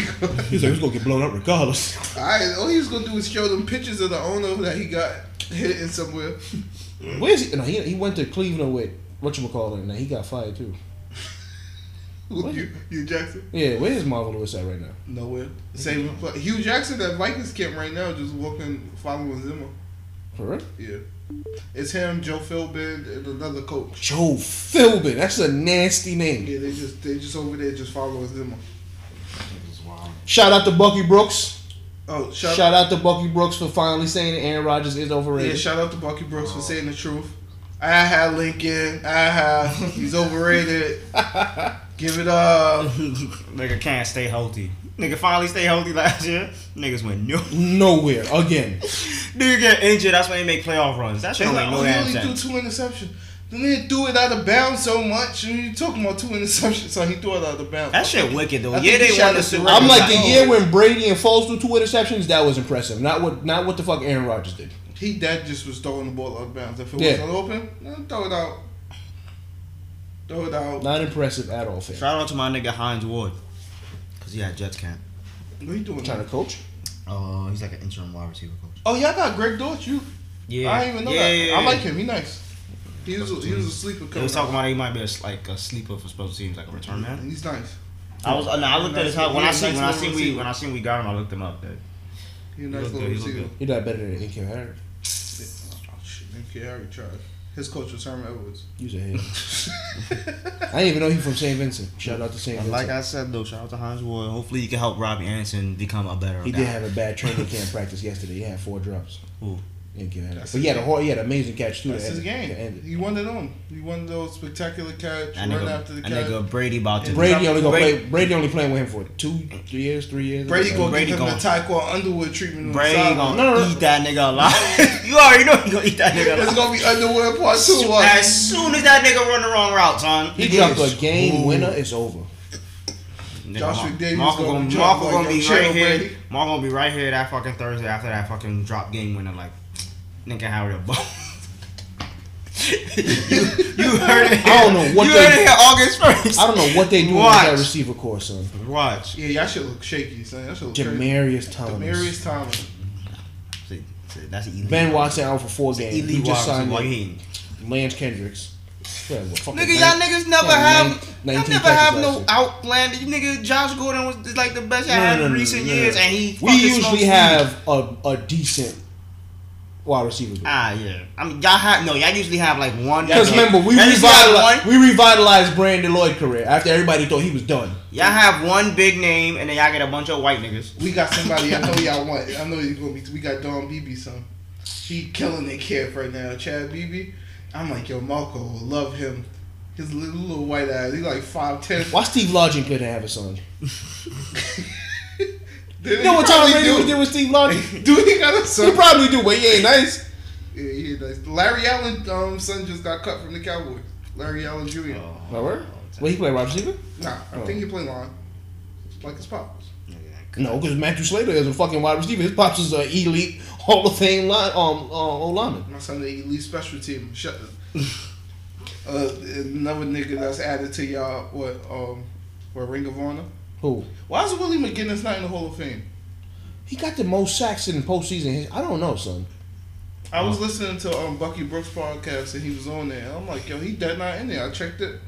was like, he's gonna get blown up regardless.
I, all he was going to do was show them pictures of the owner that he got hit in somewhere.
Where's he? No, he, he went to Cleveland with what you call it, and he got fired too.
you, Hugh Jackson?
Yeah, where is Marvin Lewis at right now?
Nowhere. Same. with Pl- Hugh Jackson at Vikings camp right now, just walking, following Zimmer.
For real?
Yeah. It's him, Joe Philbin, and another coach.
Joe Philbin. That's a nasty name.
Yeah, they just they just over there just following Zimmer.
Shout out to Bucky Brooks.
Oh, shout,
Shout, out to Bucky Brooks for finally saying that Aaron Rodgers is
yeah,
overrated.
shout out to Bucky Brooks
Oh.
for saying the truth. I had Lincoln. I had he's overrated. Give it up.
Nigga can't stay healthy. Nigga finally stay healthy last year. Niggas went no.
Nowhere again.
Nigga get injured. That's when they make playoff runs. That shit
They
don't
like,
make
oh,
no
he
damn
only threw
sense.
two interceptions. Then they threw it out of bounds so much. And you talking about two interceptions, so he threw it out of bounds.
That shit wicked though.
I
Yeah,
think he
they
shot
won the
the
Super
three.
Bowl.
I'm like the
Oh.
year when Brady and Foles threw two interceptions. That was impressive. Not what not what the fuck Aaron Rodgers did.
He that just was throwing the ball out of bounds. If it
Yeah.
wasn't open, eh, throw it out. Throw it out.
Not impressive at all. Fam.
Shout out to my nigga Heinz Ward, cause he had Jets camp.
What are you doing?
Trying to coach.
Oh, he's like an interim wide receiver coach.
Oh, y'all got Greg Dortch. You,
Yeah,
I didn't even know
yeah,
that.
yeah,
I
yeah.
like him. He nice. He was a, he was a sleeper.
They
coming
was talking
out.
about he might be a, s- like a sleeper for special teams, like a return man.
He's nice.
I was, uh, no, I looked at his house when I
Nice
seen when I
little
seen we
receiver.
when I seen we got him. I looked him up. dude.
He's a
He
nice
look good,
little
he look
receiver.
He did better than Incan Harris.
Oh shit, MK already tried. His coach was Herman Edwards.
Use a head. I didn't even know he from St. Vincent. Shout out to St.
And
Vincent.
like I said though, shout out to Heinz Ward. Hopefully, you can help Robbie Anderson become a better.
He
guy.
did have a bad training camp practice yesterday. He had four drops.
Who?
In But
That's
he
his
had a hor- he had an amazing catch too.
That's
to
his
end- to
game.
end it.
He won it on. He won those spectacular catch,
That
run after
nigga,
the
that
catch.
nigga Brady about to.
Brady only gonna
Brady-
play. Brady only playing with him for two, three years, three years.
Brady
Like,
gonna
Brady
give him
gonna-
the Tyquan Underwood treatment. on
Brady
the sideline.
gonna
No, no, no.
eat that nigga alive. you already know he gonna eat that nigga alive.
It's gonna be Underwood part two. One.
As soon as that nigga run the wrong route, son,
He
nigga
dropped
is
a game
screwed.
winner. It's over.
Nigga,
Joshua
Mar-
Davis
Marco
gonna
gonna,
jump
Marco
like
gonna
a
be
chill,
right here.
Brady.
Marco gonna be right here that fucking Thursday after that fucking drop game winner. Like, nigga, hurry up, bro. you, you heard it.
I don't know what
you
they-
heard it here August first.
I don't know what they do with
Watch.
that receiver core, son.
Watch.
Yeah, y'all should look shaky, son. Y'all should look crazy.
Jamarius Thomas.
Demarius Thomas.
See, see, that's elite.
Ben Watson out for four games.
Elite
He just
Watson,
signed
why you
like,
hating?
Lance Kendricks. Yeah, well, fucking
Nigga,
nine-
y'all niggas never
yeah,
have, y'all
nine- 19
never
catches
have
last
no
year.
outlandish nigga. Josh Gordon was is like the best I
No,
had
no,
in
no,
recent
no, no.
years, and he
We
fucking smokes
usually
weed.
have a, a decent wide receiver. group.
ah yeah. I mean, y'all have no. Y'all usually have like one.
Because
y'all-
remember, we
y'all usually have
revitalized,
one-
we revitalized Brandon Lloyd career after everybody thought he was done.
Y'all have one big name, and then y'all get a bunch of white niggas.
We got somebody I know y'all want. I know he's gonna be. We got Don Beebe, son. He killing it camp right now, Chad Beebe. I'm like, yo, Marco will love him. His little, little white ass. He like five ten.
Why Steve Largent couldn't have a son?
You
You know what Tom Brady would do with Steve Largent?
do? Dude, he got a
he
son.
probably do, but he ain't nice.
Yeah, yeah, that's- Larry Allen, um, son just got cut from the Cowboys. Larry Allen Jr.
That work? Well, he play wide receiver?
Nah, I
Oh.
think he played line, like his pops.
No, because Matthew Slater is a fucking wide receiver. His pops is an elite Hall of Fame line, um, uh, old lineman.
My son, the elite special team. Shut up. uh, another nigga that's added to y'all what um, what Ring of Honor.
Who?
Why is Willie McGinnis not in the Hall of Fame?
He got the most sacks in postseason. I don't know, son.
I was listening to um, Bucky Brooks podcast and he was on there. I'm like, yo, he dead not in there. I checked it.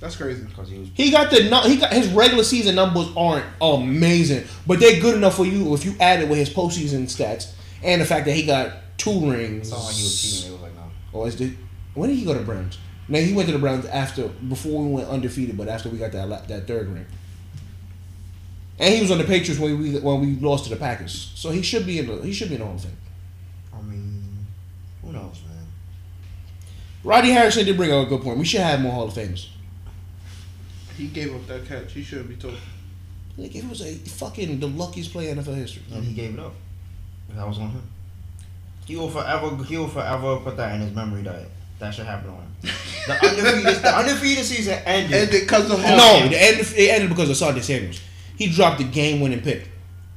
That's crazy.
Cause he was
He got the nu- he got his regular season numbers aren't amazing, but they're good enough for you if you add it with his postseason stats and the fact that he got two rings.
sound like he was cheating. It was like no.
Or is the when did he go to Browns? No, he went to the Browns after before we went undefeated, but after we got that la- that third ring. And he was on the Patriots when we when we lost to the Packers, so he should be in the he should be in the Hall of Fame.
I mean, who knows, man?
Roddy Harrison did bring up a good point. We should have more Hall of Famers.
He gave up that catch. He shouldn't be told.
Mm-hmm.
Like it was a fucking the luckiest play in NFL history.
And he gave it up.
That was on him. He will forever. He will forever put that in his memory that that should happen on him. The undefeated. the undefeated season ended.
And because of him.
No, it ended, it ended because of Sarge Samuels. He dropped the game winning pick.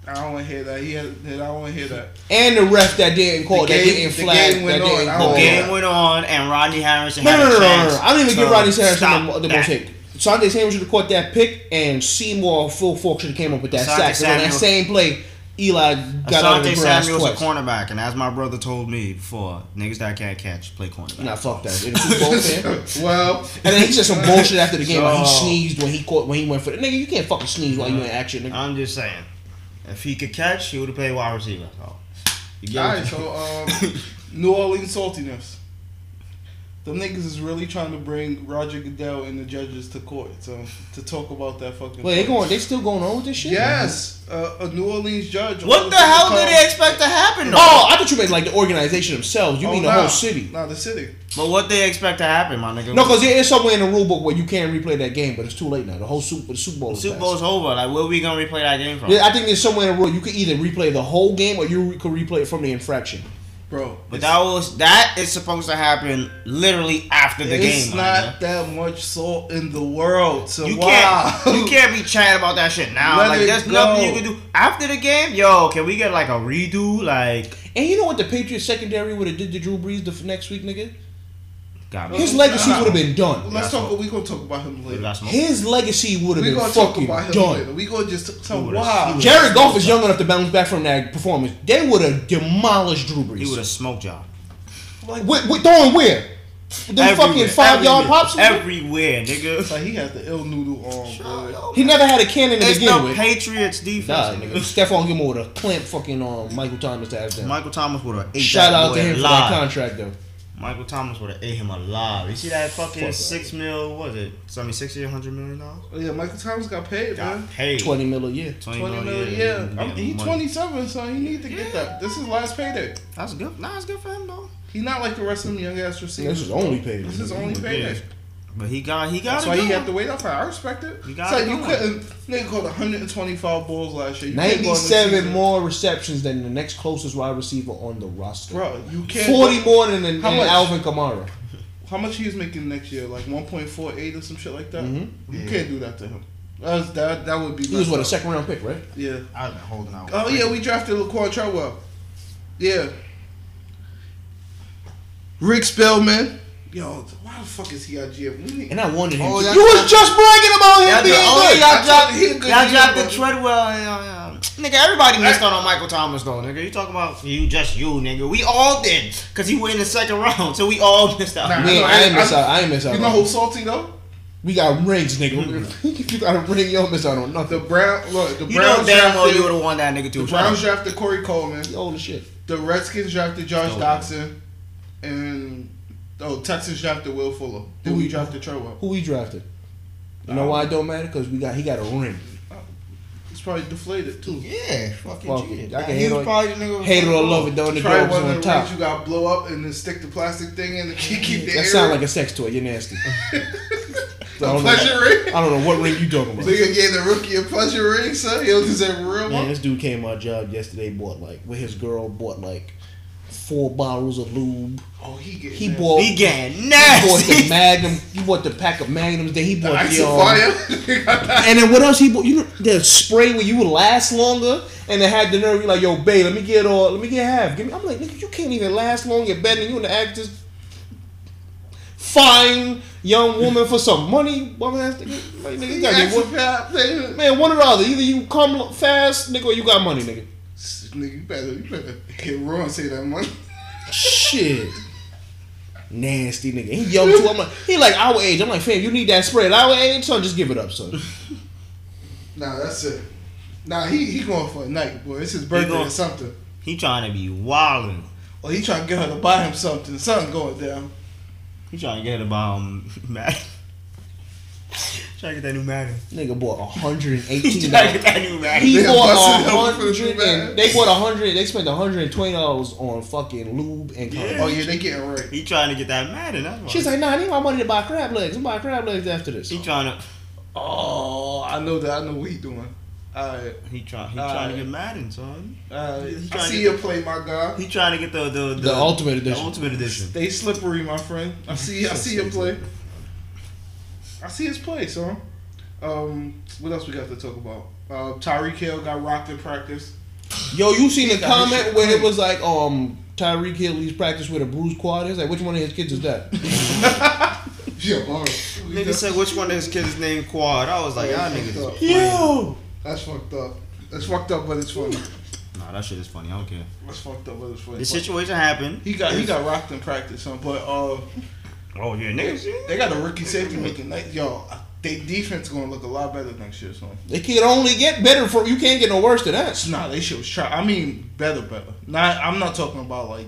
I don't want to hear that. He had, I don't want to hear that.
And the ref that didn't call,
The
that
game-
didn't
the
flag,
game
that
went on.
didn't
I
call.
don't
The game
yeah.
went on, and Rodney Harrison
No,
had
no,
a
no, no,
chance.
no. I don't even give
to
Rodney Harrison
stop
the, the
that.
most hit. Sante Samuels should have caught that pick, and Seymour full fork should have came up with that
Asante
sack. And on that
Samuel-
same play, Eli got out of the
Asante
grass
Samuel's a
twice.
cornerback, and as my brother told me before, niggas that can't catch play cornerback.
Nah, fuck that. In a Super Bowl fan.
well,
And then he said some bullshit after the game. like he
So-
sneezed when he caught when he went for the nigga. You can't fucking sneeze while you in action.
Uh,
Nigga.
I'm just saying, if he could catch, he would have played wide receiver. So, you get
all
what
right.
you-
So, um, New Orleans saltiness. Them niggas is really trying to bring Roger Goodell and the judges to court to to talk about that fucking.
Wait, they going? They still going on with this shit?
Yes, uh, a New Orleans judge.
what
ordered
the hell
them
did
to
they expect to happen? Though?
Oh, I thought you meant like the organization themselves. You
come-
mean
Oh,
the
nah.
whole city?
Nah, the city.
But what they expect to happen, my nigga?
No, because there is somewhere in the rule book where you can't replay that game, but it's too late now. The whole Super, the Super Bowl. is
Super
past.
Bowl's over. Like, where we gonna replay that game from?
Yeah, I think there's somewhere in the rule you could either replay the whole game or you could replay it from the infraction.
Bro,
But that was that is supposed to happen literally after the game.
it's
my nigga.
not that much salt in the world. So
You
wow.
can't you can't be chatting about that shit now.
Let
like
it
there's nothing
go.
you can do after the game. Yo, can we get like a redo? Like
And you know what the Patriots secondary would have did to Drew Brees the f- next week, nigga?
got me.
His legacy
no.
would have been done.
Let's
That's
talk. We gonna talk about him
We
later.
got smoke.
His legacy would have
We
been
gonna talk
fucking
about him later.
done.
We gonna just so
He would've- he
wow.
would've-
Jared Goff is young enough to bounce back from that performance. They would have demolished Drew
He would have
Brees.
smoked y'all.
Like,
With, with throwing where? The fucking
Everywhere,
five yard
everywhere,
pops.
everywhere, nigga.
Like he has the ill noodle um, on. bro.
he never had a cannon to
It's
begin
the
with.
Patriots
Nah,
defense.
nigga.
nigga.
Stephon Gilmore would have clamped fucking um, Michael Thomas to ass down.
Michael Thomas would have ate
Shout
that
out
boy
to him for that
alive.
contract though.
Michael Thomas would have ate him alive. You see that fucking
Fuck that.
six mil? What was it? So I mean, sixty, hundred million dollars.
Oh, Yeah, Michael Thomas got paid, man.
Got paid.
Twenty mil a year.
Twenty million.
yeah.
Yeah, I'm, he
money.
twenty seven, so he need to get that. This is last payday.
That's good. Nah, it's good for him though.
He not like the rest of them young ass
This
receivers.
is only paid.
This is only
Yeah.
payday.
But he got he got
That's
it
why he
going.
had to wait outside. I respect it.
You
It's
got it
like you
going.
couldn't. Nigga caught 125 balls last year. You can't go in the
Ninety-seven
season-
more receptions than the next closest wide receiver on the roster.
Bro, you can't.
Forty more than, than
How much?
Alvin Kamara.
How much he's making next year? Like 1.48 or some shit like that.
Mhm.
You can't do that to him. That's, that that would be.
He was
messed
what a
up.
second round pick, right?
Yeah.
I've been holding out.
Oh yeah, we drafted Laquan Treadwell. Yeah. Rick Spellman. Yo, why the fuck is he our GM? We need-
And I wanted him.
Oh,
to-
that's
you was just bragging about him
Y'all
being
dro- oh,
good.
I
y'all
thought
dropped,
he a good
y'all
dude,
dropped the
but-
Treadwell. And, uh, um, nigga, everybody missed out on Michael Thomas though. Nigga, you talking about you just you, nigga. We all did because he went in the second round, so we all missed out.
Nah.
Man,
I-
I, ain't miss
I-
out. I ain't miss out.
You know
on-
who's salty though?
we got rings, nigga. if you got a ring, you don't miss out on
The
nothing.
Brown look. The
You know
Browns
damn well you would
drafted.
have won that nigga
The
too. Shut
Browns
up.
drafted Corey Coleman.
You old as shit.
The Redskins drafted Josh
Oh.
Doxson, and oh Texans drafted Will Fuller. Then
Who
we
you-
drafted Treadwell.
Who we drafted? You know why it don't matter? Because we got he got a ring.
It's probably deflated too.
Yeah, fucking
Fuck
cheated.
it. I can
He
hate
was
on-
probably the nigga.
Hate it or love it, though, and the
Try
dog's
one
on
of the rings
top.
you got blow up and then stick the plastic thing in and keep the
That sound like a sex toy. You're nasty. I
a
don't know-
pleasure ring.
I don't know what ring you talking about.
So you gave the rookie a pleasure ring, son? He was a real
Man,
one.
this dude came to my job yesterday. Bought like with his girl. Bought like four bottles of lube.
Oh, he get
He
that.
bought.
He
He
getting
bought the
nasty.
magnum. He bought the pack of magnums. Then he
the
bought
ice
the. um,
fire.
and then what else he bought? You know the spray where you would last longer. And they had the nerve. you like, yo, babe, let me get all. Let me get half. Give me. I'm like, nigga, you can't even last long. You're better than you in the act this fine young woman for some money. Woman ass nigga. Like, nigga, you gotta get one.
Nigga,
Man, one or the other. Either you come fast, nigga, or you got money, nigga.
you better, you better hit Roy and say that money.
Shit. Nasty nigga. He young too. I'm like, he like our age. I'm like, fam, you need that spread. Our age, son, just give it up, son.
Nah, that's it. Nah, he he going for a night, boy. It's his birthday
going-
or something.
He trying to be wildin'.
Or Oh, he trying to get her to buy him something. Something going down.
He trying to get about um, Madden. trying to get that new Madden.
Nigga bought
He
$118.
trying to get that new Madden.
He
They
bought
busted
a
him for the
hundred
man.
and they bought a hundred. They spent a hundred and twenty dollars on fucking lube and
Yeah.
condoms.
Oh yeah, they getting right.
He trying to get that Madden. That's why.
She's like, nah, I need my money to buy crab legs. I'm buying crab legs after this.
he trying to.
Oh, I know that. I know what he doing. All right.
He trying he
All
trying to
right.
get Madden, son.
All right.
He
I
trying
see
to-
your play, my guy.
He trying to get the the the,
The Ultimate
the
Edition.
ultimate edition.
Stay slippery, my friend. I see. I see your play. I see his play, son. Um, what else we got to talk about? Uh, Tyreek Hill got rocked in practice.
Yo, you seen the
He got his
comment
shit
where it
clean.
was like, um, Tyreek Hill leaves practice with a bruised quad? It's like, which one of his kids is that?
Yeah, all right.
Nigga said which one of his kids named Quad. I was like, y'all niggas. is-
Yo!
That's fucked up. That's fucked up, but it's funny.
Nah, that shit is funny. I don't care.
That's fucked up, but it's funny.
The situation happened.
he got he got rocked in practice, son. But uh,
Oh yeah, niggas.
they got a rookie safety making night, yo. They defense gonna look a lot better next year, son.
It can only get better for you can't get no worse than that.
Nah, they shit was try. I mean, better, better. Not. I'm not talking about like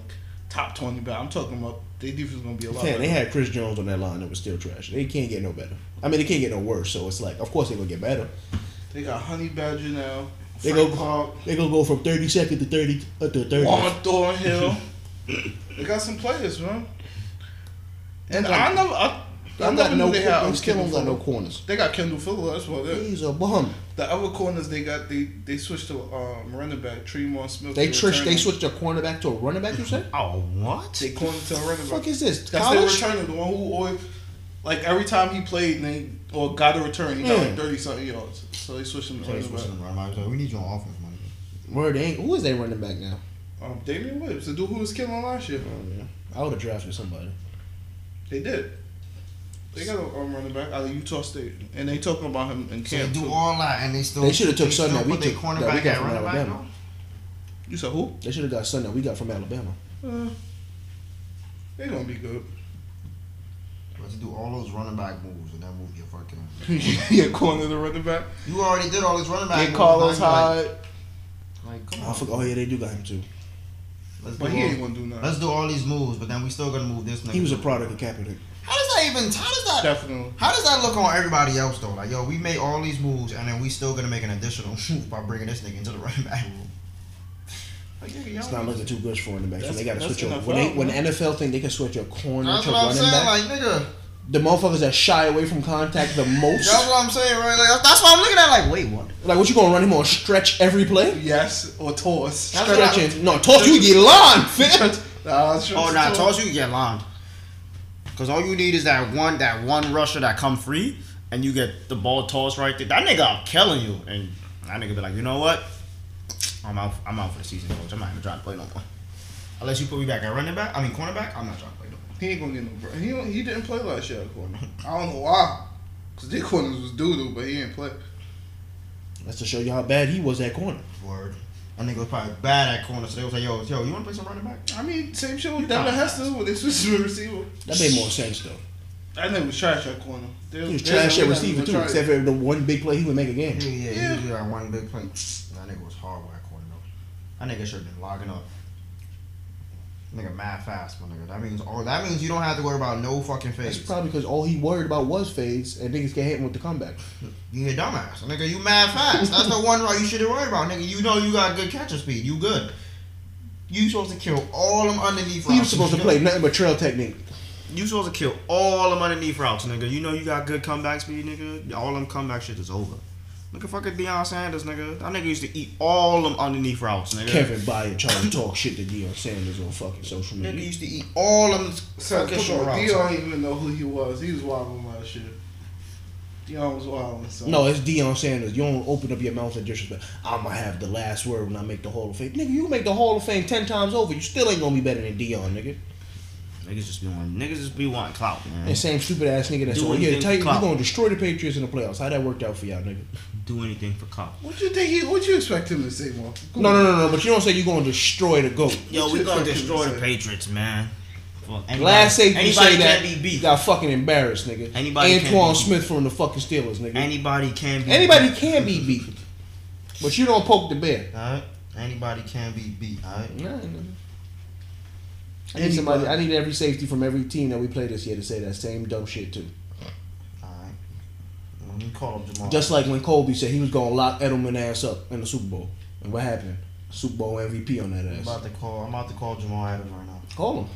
top twenty, but I'm talking about they defense gonna be a lot.
Man,
better.
they had Chris Jones on that line that was still trash. They can't get no better. I mean, they can't get no worse, so it's like, of course they're going to get better.
They got Honey Badger now.
They
They
go-
go Clark,
They're going to go from 32nd to 30 uh, to 30.
Juan Thornhill. they got some players, man. And I never, I, I
I'm not
never
no,
knew they had.
I'm still
Kendall
don't got no
Fuller.
corners.
They got Kendall Fuller. That's what it.
He's a bum.
The other corners they got, they they switched to um, running back Tremont Smith.
They
to
trish,
return
they
him.
switched a cornerback to a running back, you said?
Oh what?
They cornered to a running
the
back.
fuck is this?
That's
College?
their returner, the one who always, like every time he played, they or got a return, he got
Yeah.
like thirty something yards. So they switched him to running back.
We need you on offense, money.
Word, they ain't, who is they running back now?
Um, Damian Williams, the dude who was killing last year.
Oh, I would have drafted somebody.
They did. They got a um, running back out of Utah State, and they talking about him in
So they
camp
do
too.
all that and they still
They shoulda took
they still
something that we
put their
took- that we
cornerback
got
at
from
running back.
Alabama.
though?
You said who?
They should have got son that we got from Alabama.
Uh, they gonna be good.
But to do all those running back moves and that move your fucking.
yeah, corner the running back.
You already did all this running back.
Get
moves,
Carlos
now you
Hyde,
Like, like, come
Oh, I
on.
forgot. Oh yeah, they do got him too.
Let's do,
but he ain't
all,
gonna do nothing.
let's do all these moves, but then we still gonna move this. Nigga.
He was a product of Kaepernick.
How does that even? How does that?
Definitely.
How does that look on everybody else though? Like, yo, we made all these moves and then we still gonna make an additional move by bringing this nigga into the running back room. Like, nigga, y'all
It's not looking too good for running backs. So they got to
That's-
switch your
that's
when they
NFL,
when the
man.
NFL think they can switch your corner
That's
to
what I'm
running
saying.
back.
Like, nigga,
the motherfuckers that shy away from contact the most.
that's what I'm saying, right? Like, that's what I'm looking at. Like, wait, what?
like what you gonna run him on stretch every play?
Yes, or toss.
That's what I-
Stretch and no toss you get lined, fam.
oh,
Oh, nah, toss you can get lined. Cause all you need is that one, that one rusher that come free, and you get the ball tossed right there. That nigga killing you, and that nigga be like, you know what? I'm out. I'm out for the season, coach. I'm not even trying to play no more. Unless you put me back at running back, I mean cornerback, I'm not trying to play no more.
He ain't gonna get no break. He don't- he didn't play last year at corner. I don't know why, cause their corners was doo doo, but he didn't play.
That's to show you how bad he was at corner.
Word. That nigga was probably bad at corner, so they was like, yo, yo, you wanna play some running back?
I mean, same shit with
got
Devin
it.
Hester when they switched to a receiver.
That made more sense though.
That nigga was trash at corner. They-
He was
they-
trash
they
at
not
receiver
even
too,
trying.
except for the one big play he would make a game.
Yeah, yeah,
Yeah.
yeah. He did that one big play. That nigga was horrible at corner though. That nigga should have been logging up. Nigga mad fast, my nigga. That means all that means you don't have to worry about no fucking
That's
fades.
probably because all he worried about was fades, and niggas can't hit him with the comeback.
You a dumbass. Nigga, you mad fast. That's the one right you shouldn't worry about, nigga. You know you got good catcher speed. You good. You supposed to kill all them underneath
He was
routes.
supposed to play nothing but trail technique.
You supposed to kill all them underneath routes, nigga. You know you got good comeback speed, nigga. All them comeback shit is over. Look at fucking Deion Sanders, nigga. That nigga used to eat all them underneath routes, nigga.
Kevin Byard trying to talk shit to Deion Sanders on fucking social
Nigga
media.
used to eat all them
So
fucking
come
short
on,
routes.
Dion don't even know who he was. He was wilding last year. Dion was wilding. So.
No, it's Deion Sanders. You don't open up your mouth and disrespect. I'ma have the last word when I make the Hall of Fame. Nigga, you make the Hall of Fame ten times over. You still ain't gonna be better than Deion, nigga.
Niggas just be wanting, niggas just be wanting clout, man.
And same stupid ass nigga that's
Do
on
anything for
here. Titan, you
clout.
gonna destroy the Patriots in the playoffs. How that worked out for y'all, nigga?
Do anything for clout.
What you think? He, what you expect him to say, Mark?
No, no, no, no. But you don't say you gonna destroy the goat.
Yo, we
Shit
gonna
fucking
destroy the
insane.
Patriots, man. Fuck, anybody-
Last safety you
anybody
say that
can be
you
beat.
got fucking embarrassed, nigga.
Anybody can
Antoine
be beat.
Smith from the fucking Steelers, nigga.
Anybody can be.
Anybody can be beat, but you don't poke the bear.
Alright? Anybody can be beat, alright?
Nah, nah. I need somebody. I need every safety from every team that we play this year to say that same dumb shit too.
Alright. When you call up Jamal.
Just like when Kobe said he was gonna lock Edelman ass up in the Super Bowl, and what happened? Super Bowl MVP on that
I'm
ass.
about to call I'm about to call Jamal Adams right now.
Call him.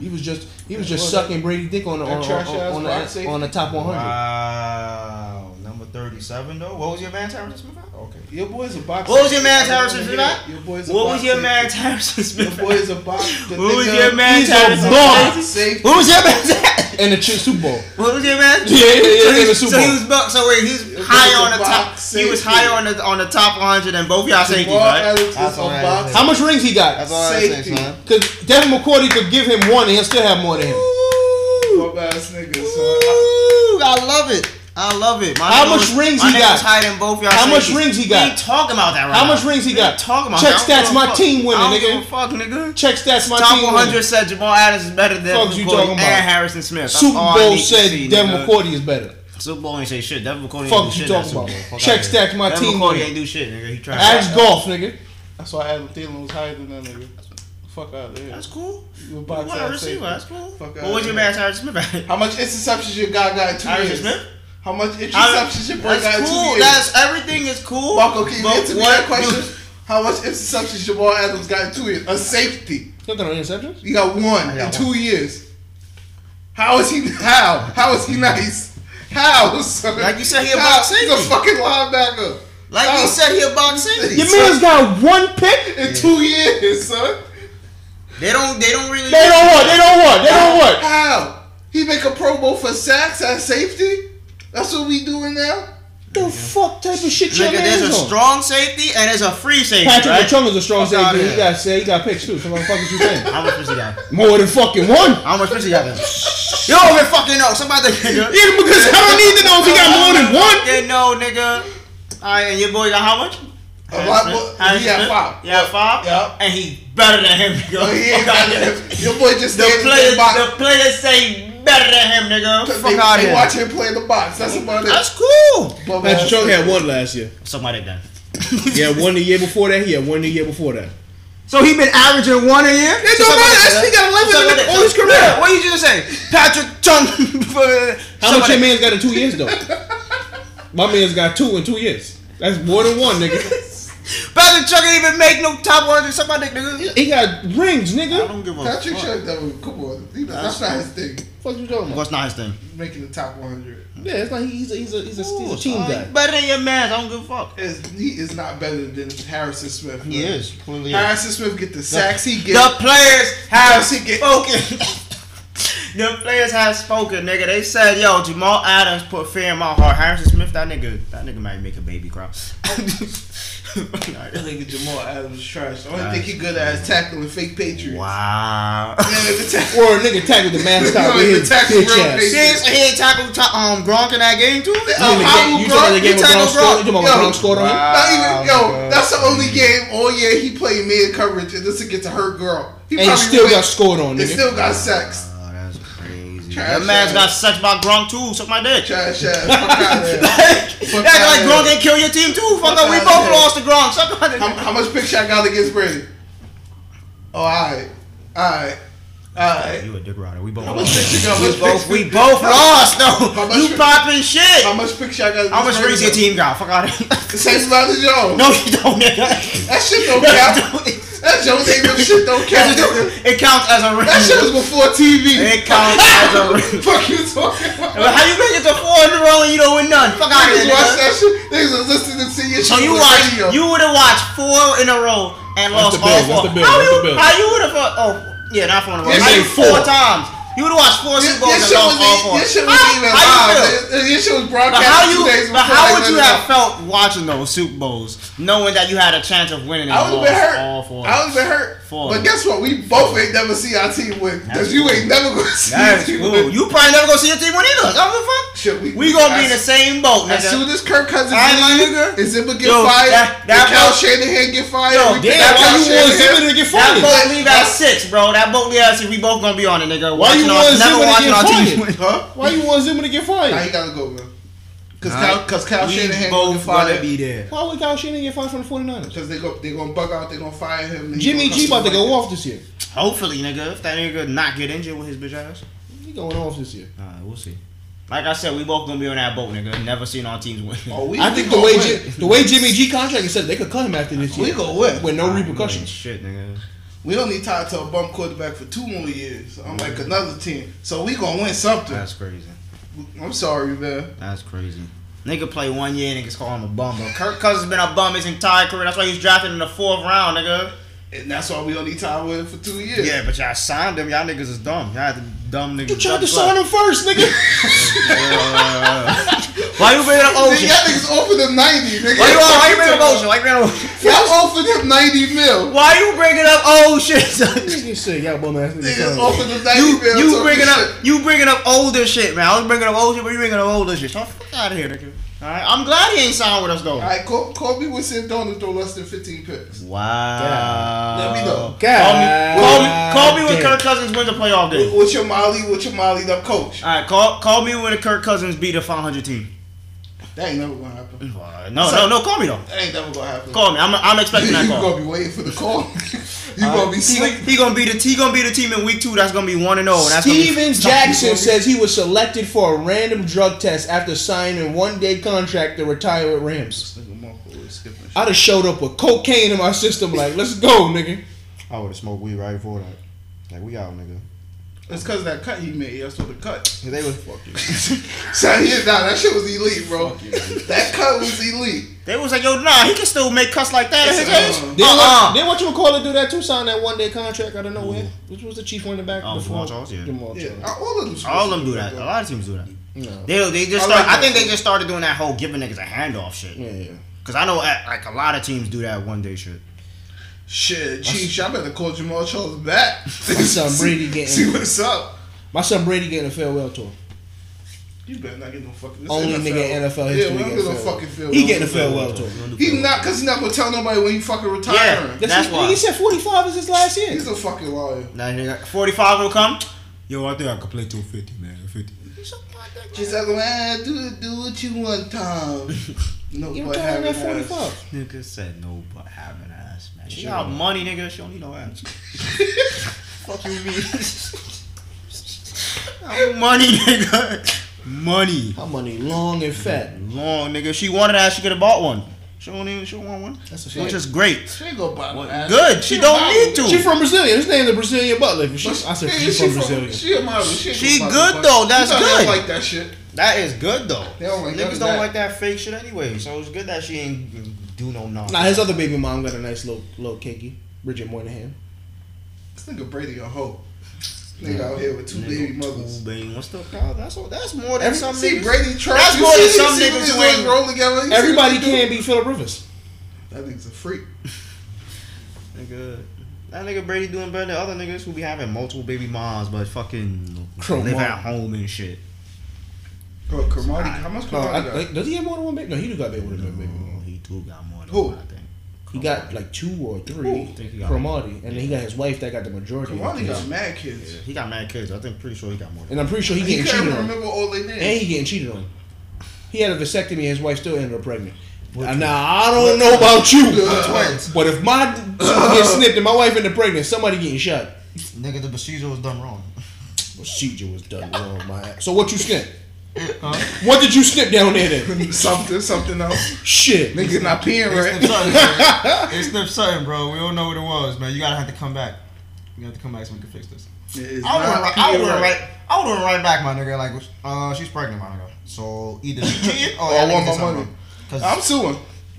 He was just he was just
Well,
sucking Brady dick on the
that
on, on,
trash ass
on, on
box
the,
safety.
on the top 100.
Wow. Number 30 37 though. What was your man Harrison Smith at? Okay.
Your boy's a boxer.
What was your man Harrison Smith at?
Your boy's a
What was your
boxer.
man Harrison
Your
Smith?
boy's a boxer.
What was your man
he's a
Harrison
boss.
Smith?
Safe.
What was your man?
And the Ch- Super Bowl.
What was your man?
Yeah, yeah, yeah,
So
yeah,
he,
the
so
Super
he
Bowl.
was bu- so wait, he's
was
high
a
on the top.
box
He was
safety.
high on the on the top 100 and both y'all safeties,
Jamal
right?
Adams is
That's
a
all right.
boxer.
How much rings he
That's
got?
all I say,
Safety.
son.
Because Devin McCourty could give him one and he'll still have more than him.
Fuck ass nigga, son.
Ooh, I love it. I love it. My
How
nigga
much
was-
rings
my
he
nigga
got?
Was higher than both y'all
How much
safeties.
rings he
We
got?
ain't talking about that right
How
now.
much rings
We
he
ain't
got?
Talking about
Check
that. I don't
stats,
give a
my
fuck.
team winning,
I don't give
nigga.
a fuck, nigga.
Check stats, my
Top
team.
100
winning.
said Jamal Adams is better than
Fuck you
McCoy
talking
and
about?
Harrison Smith. That's
Super
all Oh, I
Bowl
need to
said
see,
Devin
nigga.
McCourty is better.
Super Bowl ain't say shit. Devin McCourty ain't
Fuck
do
you
shit.
talking
Super
about?
Bowl. Fuck
Check
outta here.
stats, my
Devin
team.
McCourty
winning.
ain't do shit, nigga. He tried.
Ask golf, nigga.
That's why Adam Thielen was higher than that nigga. Fuck out there.
That's cool.
You a
What
boxer.
a
I'd
receiver.
say.
That's cool.
Fuck
What
outta
was your
here.
man Harrison Smith? at?
How much interceptions your guy got in two
Harrison
years?
Smith?
How much interceptions
That's
your boy got in two
cool.
years?
That's everything is cool.
Marco, can you
But
answer me
what
that question?
do-
How much interceptions Jamal Adams got in two years? A safety.
He'll get no interceptions.
He got one
I
in
got
two years. How is he? How? How is he nice? How? Son?
Like you said, he a
How?
box
He's a
safety.
fucking linebacker.
Like
Oh.
How?
you said, he a box safety.
Your man's got one pick.
in two years, son.
They don't. They don't really.
They don't what? They don't what? They don't what?
How? He make a Pro Bowl for sacks at safety? That's what we doing now?
The fuck type of shit your
Nigga, there's a
man's on?
strong safety and there's a free safety.
Patrick
right?
Chung is a strong
Fuck outta
safety.
here.
He got say he got picks too. So what the fuck is you saying?
How much pussy you got?
More than fucking one.
How much pussy you got? Then? You don't even fucking know. Somebody. Nigga.
Yeah, because I don't need to know if he got more than one.
Yeah, no, nigga. All right, and your boy got how much?
A lot more- he had five.
Yeah, five.
Yup.
And he better than him, nigga.
Oh, he ain't
Fuck
got
outta here.
that. Your boy just
The
standing in
players,
the box.
the players say better than him, nigga. Fuck
they
out
they
here.
watch him play in the box. That's about it.
That's cool.
Bum
Patrick
ass
Chung
nigga.
had one last year.
Somebody done.
He had one the year before that. He had one the year before that.
So he been averaging one a year.
It don't matter. That's- he got 11 in all his career.
Yeah, what you just say, Patrick Chung?
How much
Somebody-
your man's got in two years though? My man's got two in two years. That's more than one, nigga.
Patrick Chung ain't even make no top one hundred. Somebody, nigga.
He got rings, nigga.
don't give a
Patrick Chung, that was, come on. He- That's not his thing.
fuck you talking about?
What's not his thing?
Making the top 100.
Yeah, it's like he's a he's a he's a, he's a team
Ooh,
guy.
Better than your man. I don't give a fuck.
Is- He is not better than Harrison Smith.
He
man.
is. Clearly is.
Harrison Smith get the sacks he get.
The players have
Yes, he get-
spoken. the players have spoken, nigga. They said, "Yo, Jamal Adams put fear in my heart." Harrison Smith, that nigga, that nigga might make a baby cry.
That nigga Jamal Adams is trash. The only
Trash.
thing he good at is tackling fake Patriots.
wow.
Man, if it's tack-
Or a nigga tackled the mascot
You know,
with his
he tackled
bitch
real
ass.
big.
He ain't, he ain't tackled ta- um, Gronk in that game too.
Oh,
You
Um,
mean the
how
game-
you
you talking
Gronk-
about the game
you
where
tackle
Gronk scored? You talking about
Yo.
Gronk scored on him?
Not even yo.
God.
That's the only game all year he played man coverage, and this against a hurt girl. He
And he
probably
still
went-
got scored on,
They
nigga.
still got sex.
Oh, that's crazy.
Trash
that man's
ass.
got sucked by Gronk too. Suck my dick.
Trash ass. Fuck out of
Yeah,
here.
like
outta
Gronk
here.
can kill your team too. Fuck up, we
outta
both
here.
lost to Gronk. Suck my dick.
How, how much picture I got against Brady? Oh, alright. Alright. Alright.
you a dick rider. We both
How much
lost.
picture got
We
against
both, we
Brady?
both lost
How
though.
much
You
we-
popping shit.
How much picture I got against
How much
Brady,
rings your
though?
team got? Fuck out of here.
The same amount as y'all.
No, you don't, nigga.
That shit don't count. That Jones ain't real shit don't count. nigga.
It counts as a ring.
That shit was before TV.
It counts as a ring.
Fuck you talking about?
How you make it to four in a row and you don't win none? Fuck out of
Niggas
here,
watch
nigga.
that shit. Niggas was listening to your shit.
So you
on the
watch,
radio.
you would have watched four in a row and lost
That's the Bills,
all four.
that's the Bills,
how
that's
you,
the Bills.
how you would have? Oh, yeah, not four in a row.
Yes,
How you
they
four
four.
times? You would have watched four Super
Your, your,
Bowls and
shit was,
lost all four.
your shit
How-
wasn't even
how you
live.
feel?
nigga. Your shit was
But
broadcast
how
two
you?
days
But
before
how
they
would
let
you
it
have
out.
felt watching those Super Bowls, knowing that you had a chance of winning and
I would have
lost
been hurt.
all four?
I would have been hurt.
Four.
But guess what? We both ain't never see our team win.
That's
Because you ain't never going to see
That's
our team
cool.
win.
You probably never gonna see your team win either. I don't give a fuck.
Shit, we-
We gonna be in the
as-
same boat, nigga.
As soon as Kirk Cousins
All right, my
leave,
nigga.
and Zimmer get
Yo,
fired,
that-
that,
that
and Kyle
boat-
Shanahan get fired,
Yo,
we
Damn,
got
why
Kyle
you want
Shanahan.
Zimmer to get
That
fired?
boat leave at six, bro. That boat leave at six. We both gonna be on it, nigga.
Why you
Watching our-
want
never
Zimmer to
watching
get
our team
fired?
win.
Huh?
Why you want Zimmer to get
Nah, he
fired?
gotta go, man. Because
All
Kyle,
right.
cause Kyle
We
Shanahan
both
gonna get fired.
wanna be there.
Why would Kyle Shanahan get fired from the 49ers?
Because they go, they gonna bug out, they gonna fire him. and he
Jimmy
gonna
G
come
about to
like
go
that.
off this year.
Hopefully, nigga, if that nigga not get injured with his bitch ass,
He going off this year.
uh, we'll see. Like I said, we both gonna be on that boat, nigga. Never seen our teams win.
Oh, we,
I
we
think the
gonna
way
win.
Ji- the way Jimmy G contract is set, they could cut him after this year.
we gonna win.
with no
Nah,
repercussions.
you ain't Shit, nigga.
We don't need Todd to a bum quarterback for two more years, unlike another team. So we gonna win something.
That's crazy.
I'm sorry, man.
That's crazy. Nigga play one year, niggas call him a bum. But Kirk Cousins been a bum his entire career. That's why he was drafted in the fourth round, nigga.
And that's why we only tied with him for two years.
Yeah, but y'all signed him. Y'all niggas is dumb. Y'all had the dumb niggas.
You tried to sign him first, nigga.
Why you bringing up
Nigga,
Ocean?
y'all niggas offered him 90, nigga.
Why you, why you bringing up Ocean? Why you bringing up?
Y'all offered him 90 mil.
Why you bringing up Ocean?
Nigga said, y'all bum ass
Niggas
nigga. oh,
offered him 90
You,
mil.
you
talking
bringing
shit.
up you bringing up older shit, man. I was bringing up older, but you bringing up older shit. So fuck out of here, nigga. All right, I'm glad he ain't signed with us though.
All right, Col- Kobe would send Donald throw less than 15 picks.
Wow.
Let me know.
God
Call me, call me, call me when
damn.
Kirk Cousins wins a playoff game.
What's your Molly? What's your Molly up coach?
All right, call call me when Kirk Cousins beat a 500 team.
That ain't never gonna happen.
Uh, No, no, no. Call me though.
That ain't never gonna happen.
Call me. I'm, I'm expecting that
you
call.
gonna be waiting for the call. you gonna be
He,
sleep.
he gonna be the he gonna be the team in week two. That's gonna be one and zero. and Oh, That's gonna be
Steven Jackson says he was selected for a random drug test after signing a one day contract to retire with Rams. I'd have showed up with cocaine in my system, like, let's go, nigga.
I would have smoked weed right before that. Like we out, nigga.
It's cause that cut he made. That's what the cut.
Cause they was fuck you.
So yeah, nah, that shit was elite, bro. that cut was elite.
They was like, yo, nah, he can still make cuts like that at his
Yes,
age.
Then
Uh-uh.
what, then what you call it do that too? Sign that one day contract out of nowhere, which was the chief running back
Oh, Jamal
before
Charles, yeah.
Jamal
Yeah,
Charles.
all of them.
All of them do that. A lot of teams do that.
No.
They, they just
I like
start, I
that
think they
too.
just started doing that whole giving niggas a handoff shit.
Yeah, yeah.
Cause I know uh, like a lot of teams do that one day shit.
Shit, Chiefs, y'all better call Jamal Charles back.
son Brady getting-
See what's up.
My son Brady getting a farewell tour.
You better not get no fucking. this
Only nigga in NFL history
Yeah, we don't
get
get no
farewell.
fucking field.
He getting a farewell tour.
He not cause he not gonna tell nobody when he fucking retiring.
Yeah.
That's,
That's why.
He said 45 is his last year.
He's a fucking liar.
Now nigga, 45 will come. Yo, I think I could play 250, man. 50.
She's like, man, do do what you want, Tom. No,
You
but
retiring at
having ass.
45.
Nigga said no but having ass, man. She got money, nigga. She don't need no ass. Fuck you mean. money, nigga. Money.
How money long and fat.
Long nigga. If she wanted ass, she could have bought one. She don't even she don't want one.
That's a
Which
fact.
is great.
She ain't gonna buy no ass.
Good. She don't need to.
She from Brazilian. His name is Brazilian Butler. She, I
But
said
nigga,
she from Brazililia.
She a model. She, ain't
She
gonna buy
good,
no
though.
fucking-
That's
You know, they
good.
don't like that shit.
That is good though.
They don't like none
Niggas
of
don't
that.
like that fake shit anyway. So it's good that she ain't do no nonsense.
Nah, his other baby mom got a nice little little cakey. Bridget Moynihan.
This nigga Brady a hoe. Nigga out here with two baby mothers.
Two baby- What's the problem? That's all. That's more than
Every-
some
See
niggas.
Brady trash.
That's
You
more
see-
than
you
some
see what
niggas
these
who
niggas
ain't-
roll together. You see what
Everybody
they do?
can be Philip Rivers.
That nigga's a freak.
Nigga, that nigga Brady doing better than other niggas who be having multiple baby moms, but fucking
Crow
live
mom.
at home and shit.
Bro, Cromartie, how much
No, Oh, I,
Cromartie got?
like, does he have more than one baby? No, he do got baby with a baby
Oh,
mom.
he too got more than
Who?
one, I think.
He got like two or
I
three
think he got-
Cromartie, and then he got his wife that got the majority. of the
Cromartie
kids.
got mad kids.
He got mad kids. I think pretty sure he got more. Than
And I'm pretty sure he
He
getting
can't
cheated
even
on.
remember all they names.
And he getting cheated on. He had a vasectomy, and his wife still ended up pregnant. Uh, now I don't know about you,
twins.
but if my tooth gets snipped and my wife ended up pregnant, somebody getting shot.
Nigga, the procedure was done wrong.
Procedure was done wrong, my ass. So what you snip? What did you snip down there then?
something, something else.
Shit.
Nigga not peeing
They sniffed
right.
something, bro. They sniffed something, bro. We don't know what it was, man. You gotta have to come back. You have to come back so we can fix this.
It's
I would
not
right, I
peeing
would right, I would right back, my nigga. Like, uh, she's pregnant, my nigga. So either she cheated or
I
y'all niggas
want my
did something
money.
wrong. 'Cause-
I'm suing.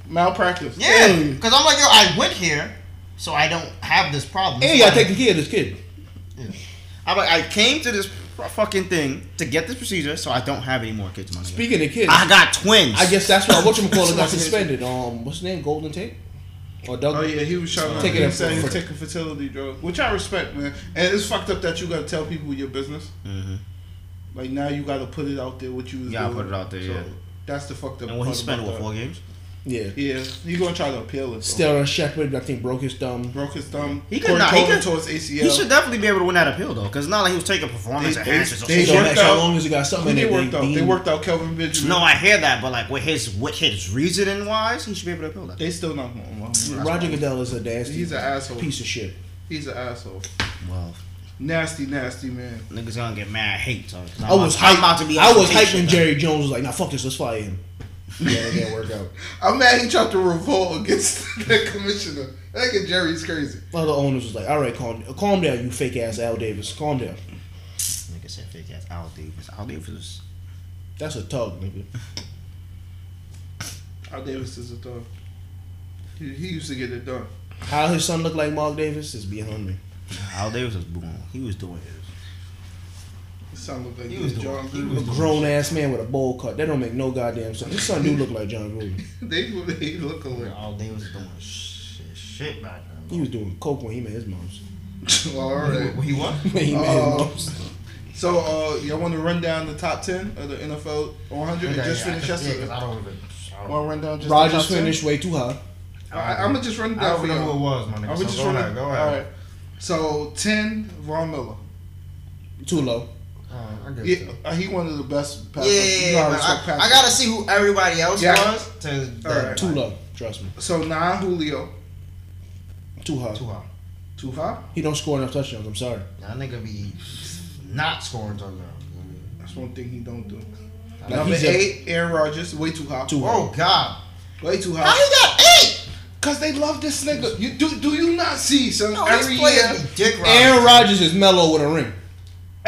Malpractice.
yeah, because I'm like, yo, I went here, so I don't have this problem.
And you gotta take the care of this kid.
I'm like, I came to this fu- fucking thing to get this procedure, so I don't have any more kids. My nigga.
Speaking of kids,
I got twins.
I guess that's why whatchamacallit got
That's
suspended. Um, what's his name? Golden Tate? Or Doug?
Oh yeah, he was trying to
Take
take
it
it.
up
Said he
for-
was taking fertility drugs, which I respect, man. And it's fucked up that you gotta tell people your business.
Mhm.
Like now you gotta put it out there what you was
Yeah, I
doing.
put it out there, yeah.
That's the fucked up.
And when he
part
spent
about
what four
that.
games?
Yeah.
Yeah, you gonna try to appeal it. Still
Stellan Shepard, I think, broke his thumb.
broke his thumb.
He could
Corey
not- he
Coleman
could-
tore his ACL.
He should definitely be able to win that appeal though, because it's not like he was taking performance
They-
enhancers. or
they-
something.
It don't matter how
out-
long as he got something.
they
that
worked out. They
deemed-
worked out Kelvin Benjamin.
No, I hear that, but like with his with his reasoning wise, he should be able to appeal that.
they still not going. Well,
Roger Goodell is a nasty
He's an asshole.
piece of shit.
He's an asshole.
Well,
Nasty, nasty man.
niggas gonna get mad hate. So 'cause I'm
I was
about, I'm
hyped.
about to be.
I
on
was
some hate
hyped
shit
when
now.
Jerry Jones was like, "Nah, fuck this, let's fire him." Yeah, it didn't work out.
I'm mad he tried to revolt against the commissioner. That nigga Jerry's crazy.
Other owners was like, "All right, calm, calm down, you fake ass Al Davis, calm down."
Nigga said fake ass Al Davis. Al Davis. was-
That's a tug, nigga.
Al Davis is a dog. He, he used to get it done.
How his son looked like Mark Davis is beyond me.
Al Davis was boom. He was doing his.
His son looked like
He was doing-
John
he
A
Gruden.
was-
grown ass man with a bowl cut. That don't make no goddamn sense. His son do look like John Gruden.
They they look alike.
All day was doing shit, shit back then.
He was doing coke when he met his moms.
All right.
He what?
When he met
Uh,
his moms.
So uh, y'all want to run down the top ten of the NFL 100 and just finish yesterday?
I don't even. I
Want
don't,
to run down just
Rogers
the top
finished way too high.
I, I'm gonna just run it
I
down
don't
for
remember who it
y'all.
was, my
I'm
nigga.
gonna
So
just
go
run
ahead.
it.
Go
All
ahead.
right. So ten, Von Miller.
Too low.
Uh, I guess
Yeah,
so.
uh, he one of the best. Pass
Yeah,
you know
yeah,
I
but
respect
I,
pass
I gotta see who everybody else
Yeah.
was to
Alright.
Too low. Trust me.
So nine, Julio.
Too high.
Too high.
Too high.
He don't score enough touchdowns. I'm sorry.
That nigga be not scoring touchdowns.
That's one thing he don't do.
Like,
Number
he's a-
eight, Aaron Rodgers. Way too high.
Too high.
Oh God!
Way too
How
high.
he got eight?
Cause they love this nigga. You do do you not see son?
No,
every
these players
year,
be dick riding.
Aaron Rodgers is mellow with a ring.
Yo,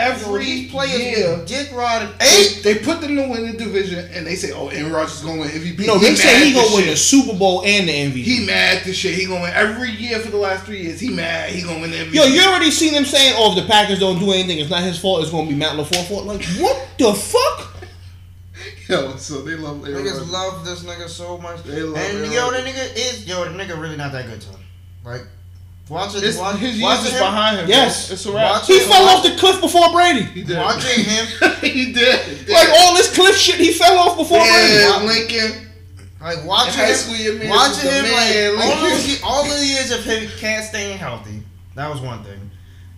every
these players
year.
be dick riding.
They,
Eight?
they put them to win the division, and they say, "Oh, Aaron Rodgers is gonna win if he beat."
No, they
mad
say he
this
gonna win the
shit.
Super Bowl and the MVP.
He mad this shit. He gonna win every year for the last three years. He mad. He gonna win the MVP.
Yo, you already seen them saying, "Oh, if the Packers don't do anything, it's not his fault. It's gonna be Matt Lafleur's fault." Like, what the fuck?
Yo, so they love Aaron
Niggas
Rodgers.
love this nigga so much.
They love
and
Aaron
yo, the nigga is yo, the nigga really not that good to him. Like, watch it.
It's,
watch,
his years
watching
is
him-
behind him.
Yes.
it's a wrap.
Watch
He
it.
fell off the cliff before Brady.
He did.
Watching him,
he did.
Like all this cliff shit, he fell off before Brady.
yeah,
Brady.
Lincoln.
like
In
watching
high
him,
school, your man was
watching
the
him,
man,
like
like-
all those, ye- all the years of him can't staying healthy. That was one thing.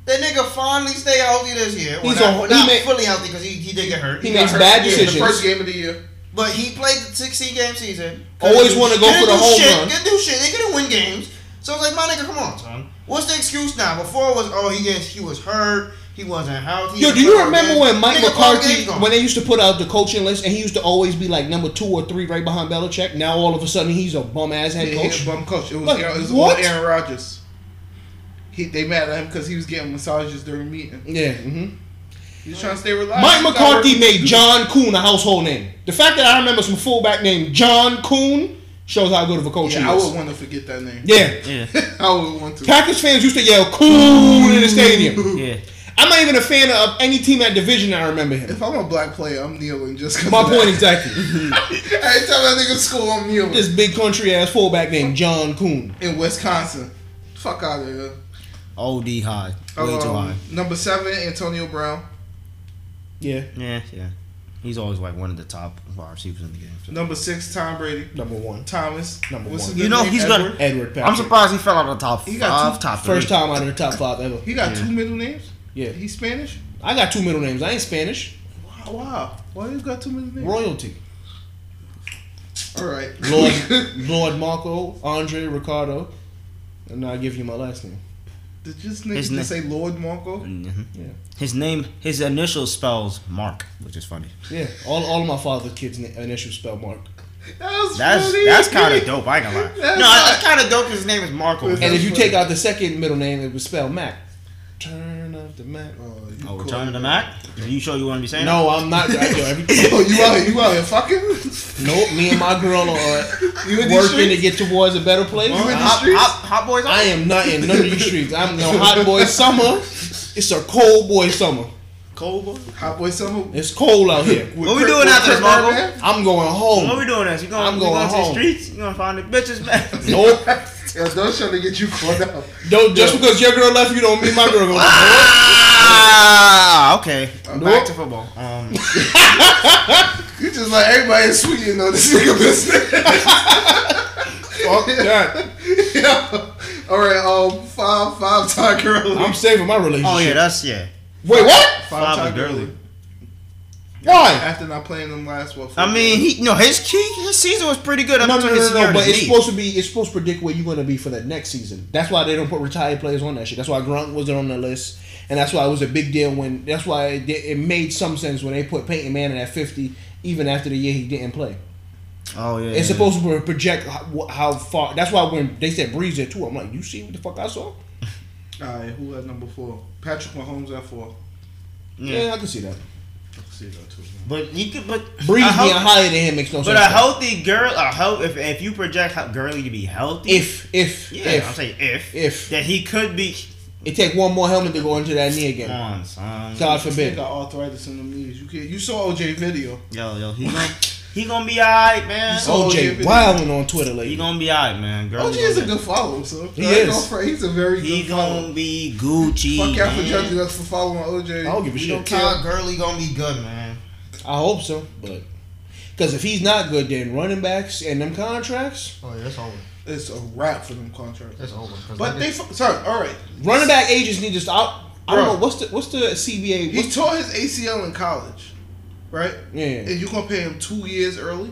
That nigga finally stay healthy this year. Well,
He's
not,
a-
well,
he
not
made-
fully healthy because he, he did get hurt.
He
got
makes
hurt
bad
in
decisions.
The first game of the year.
But he played the 16 game season.
Always wanna go
Couldn't
for the
do
home
shit.
run.
Couldn't do shit. They couldn't win games. So I was like, my nigga, come on, son. What's the excuse now? Before it was, oh, he gets, he was hurt. He wasn't healthy.
Yo, do
He
you
was
remember
hurt.
when Mike
Nigga, all the
McCarthy,
games gone.
when they used to put out the coaching list, and he used to always be like number two or three right behind Belichick? Now all of a sudden he's a bum ass head
Yeah, he
coach.
a bum coach. It was,
Like,
Aaron- it was
what?
all Aaron Rodgers. He, they mad at him because he was getting massages during meeting.
Yeah. hmm
He's trying to stay relaxed.
Mike
You gotta
McCarthy
work-
made John Kuhn a household name. The fact that I remember some fullback named John Kuhn shows how good of a coach
Yeah, I
he is.
would want to forget that name.
yeah.
Yeah,
I would want to.
Packers fans used to yell "Coon" in the stadium.
yeah.
I'm not even a fan of any team at division. that I remember him.
If I'm a black player, I'm kneeling just because.
My point exactly.
Every time that nigga score, I'm kneeling.
This big country ass fullback named John Coon.
in Wisconsin. Fuck out of here.
Od high, way too
Um,
high.
Number seven, Antonio Brown.
Yeah,
Yeah, yeah. He's always like one of the top wide receivers in the game. so.
Number six, Tom Brady.
number one.
Thomas.
Number
What's
one.
his
You know,
name?
he's gonna-
Edward?
Edward Patrick.
I'm surprised he fell out of the top
He
five,
got two-
top three.
First time out of the top five ever.
He got
Yeah.
two middle names.
Yeah,
He's Spanish.
I got two middle names. I ain't Spanish.
Wow, wow. Why you got two middle names?
Royalty.
All right.
Lord, Lord Marco, Andre, Ricardo, and now I give you my last name.
Did this nigga
His
just
name-
say Lord Marco?
Mhm.
Yeah.
His name, his initial spells Mark, which is funny.
Yeah, all, all of my father's kids' na- initials spell Mark.
That's
That's
funny.
that's kind of dope. I ain't gonna lie.
That's
no,
not-
that's kind of dope. 'cause His name is Marco.
With-
And if you take out the second middle name, it would spell Mac. Turn up the Mac.
Oh,
Oh,
cool.
return to the Mac. Are you sure you want to be saying?
No, I'm not. I, yo, every,
Oh, you out here? You out here fucking?
Nope, me and my girl are
You in these
working to
streets?
get towards a better place.
You in these
I,
Hot,
streets?
hot, hot boys.
I am not in none of these streets. I'm no hot boy summer. It's a cold boy summer.
cold boy.
Hot boy summer.
It's cold out here.
What we doing after this, Marco?
I'm going
What
home.
we doing? This? You going?
I'm
we
going
going
home.
to the streets? You gonna find the bitches, man?
Nope.
Yo, don't try to get you caught up.
Don't, just because your girl left you, don't mean my girl. Gonna
ah, okay.
Nope.
Back to football. Um,
You just like everybody is sweet, you know this nigga business.
fuck that.
yeah. All right. Um, five, five time girly.
I'm saving my relationship.
oh yeah, that's yeah.
Wait, what?
Five was girly.
Why?
After not playing them last, what?
I mean, he no his key his season was pretty good.
No,
up
no, no,
until
no,
his
no,
year in
But
the
it's
league.
supposed to be. It's supposed to predict where you're going to be for the next season. That's why they don't put retired players on that shit. That's why Grunt wasn't on the list, and that's why it was a big deal when. That's why it, did- it made some sense when they put Peyton Manning at 50, even after the year he didn't play.
Oh yeah.
It's
yeah.
supposed to project how, how far. That's why when they said Breeze at two, I'm like, you see what the fuck I saw?
all right. Who at number four? Patrick Mahomes at four.
Oh, Yeah.
Yeah, I can see that.
But you could, but
Breeze
a health-
being higher than him makes no
But
sense.
a healthy girl, a health, if, if you project how Gurley to be healthy,
if if
yeah,
if
I'm saying if,
if.
that he could be
it take one more helmet to go into that knee again.
on son.
God
They
forbid.
got arthritis in the knees. You can You saw OJ video.
Yo, yo, he gonna he gonna be alright, man.
So-
OJ wilding on Twitter
He
lately.
gonna be alright, man. Girl,
OJ is a good follow. So
He
I
is.
don't fr- He's a very
He
good
gonna
follow.
be Gucci.
Fuck out for
man.
judging us for following OJ.
I don't give a shit.
Todd Gurley gonna be good, man.
I hope so, but because if he's not good, then running backs and them contracts,
Oh yeah, that's over.
It's a wrap for them contracts.
That's over. 'Cause
But
that
they
is-
fu- sorry. All right.
running back agents need to stop. I don't
Bro.
know what's the what's the CBA.
He
What's,
tore his ACL in college, right?
yeah,
And you gonna pay him two years early?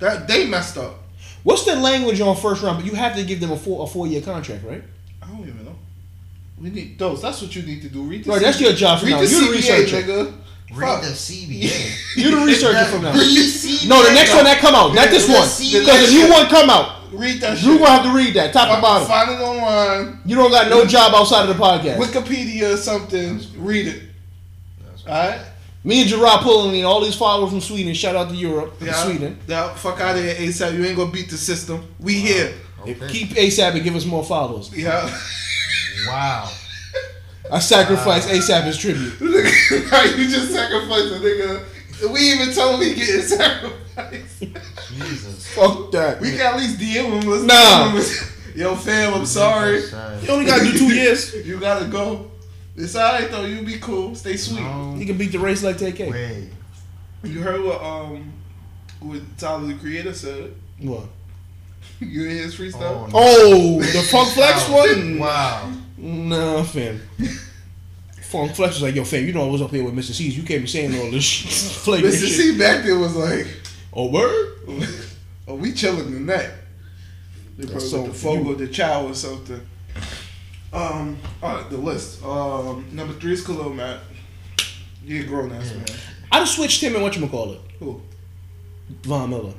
That they messed up.
what's the language on first round? But you have to give them a four a four year contract, right?
I don't even know. We need those. That's what you need to do. Read the
Bro,
C-
that's your job from
read
now.
the
You're the
CBA,
researcher.
nigga.
read the CBA.
You're the researcher from now.
Read-
No, the next one that come out, not this
Yeah,
one.
see
Because
that
if you
shit.
one come out,
Read that
you
shit.
gonna have to read that top and bottom.
Find it online,
You don't got no job outside of the podcast.
Wikipedia or something. Read it. All right.
Me and Gerard pulling in all these followers from Sweden. Shout out to Europe,
Yeah.
Sweden.
Now fuck out of here, ASAP. You ain't gonna beat the system. We here.
Okay.
Keep ASAP and give us more followers.
Yeah.
Wow.
I sacrifice ASAP as tribute.
How you just sacrificed a nigga? We even told him he getting sacrificed.
Jesus.
Fuck that.
We can at least DM him. Let's
Nah.
DM him. Yo, fam, I'm sorry.
You only gotta do two years.
You gotta go. It's alright though. You be cool. Stay sweet.
He
No
can beat the race like TK.
way.
You heard what um what Tyler the Creator said.
What?
You hear his
Oh, no.
freestyle?
Oh, the Funk Flex one?
Wow.
Nah, fam. Funk Flex was like, yo, fam, you know I was up here with Mr. C's. You can't be saying all this shit. flagrant
Mr.
shit.
Oh, C back there was like,
Oh, word?
"Oh, we chilling tonight." They probably
So
so the Fogo the Chow or something. Um, all right, the list. Um, number three is Khalil Matt. You a grown ass man.
I'd have switched him and whatchamacallit.
Who?
Von Miller.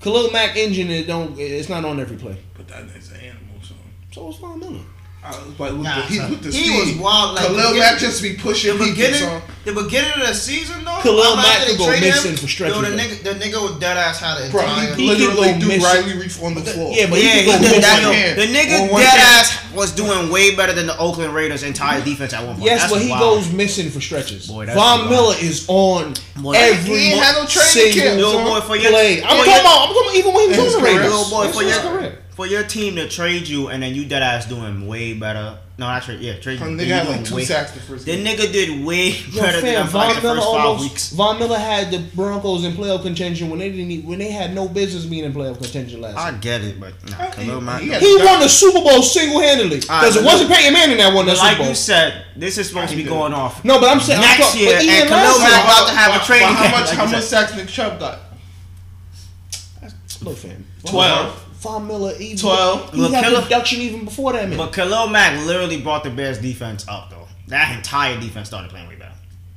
Khalil Mack engine, it don't, it's not on every play.
But that nigga's an animal. So.
So it's Von Miller.
I was like, look,
Nah,
he
son.
looked the
He
speed.
was wild, like,
Khalil
the
Mack
beginning-
just be
The
pushing people.
beginning,
So.
the beginning of the season though.
Khalil
I'm not
Mack
gonna
could go
trade
missing
him.
for stretching,
Yo, the
though.
nigga, the nigga with dead ass had an
Bro,
entire.
he
He could
literally
go
threw
miss-
Riley Reef on the floor.
Yeah, but
yeah,
he
he
could go
did
miss
that.
one
Yo,
hand.
the nigga
On one
dead
hand.
ass was doing way better than the Oakland Raiders' entire defense at one point.
Yes,
That's
but he
wild.
goes missing for stretches.
Boy, that's wild.
Von Miller is on
Boy,
every
he ain't had no training camp,
single
Yo, boy, for your
play. I'm
for
talking
your-
about. I'm talking about even when he
And
was on the
his career.
Raiders.
Yo, boy, for
This is
your
correct.
for your team to trade you and then you dead ass doing way better. No, not trade. Yeah, trade you.
Huh,
and
nigga
you
had
doing
like two
way-
sacks the first
The
game.
nigga did way
Yo,
better than
fam,
them fucking
Von Miller
first five
almost.
weeks.
Von Miller had the Broncos in playoff contention when they didn't. Even, when they had no business being in playoff contention last.
I
year.
get it, but nah,
I-
Khalil
he-
Mack.
he had-
He won the Super Bowl single handedly
Alright,
because it wasn't Peyton Manning that won that
like
Super Bowl.
you said, this is supposed to be
He did.
going off.
no, but I'm saying I'm
Next
talking-
year,
but even
and
last
Khalil
year-
Mack- about to have a
But
training
How
camp,
much?
like
how
you
much
said.
sacks Nick Chubb got?
Look, fam. Von-
Twelve.
Von Miller even.
Twelve.
He
Look,
had
Killer-
production even before that man.
But Khalil Mack literally brought the Bears defense up though. That entire defense started playing way better.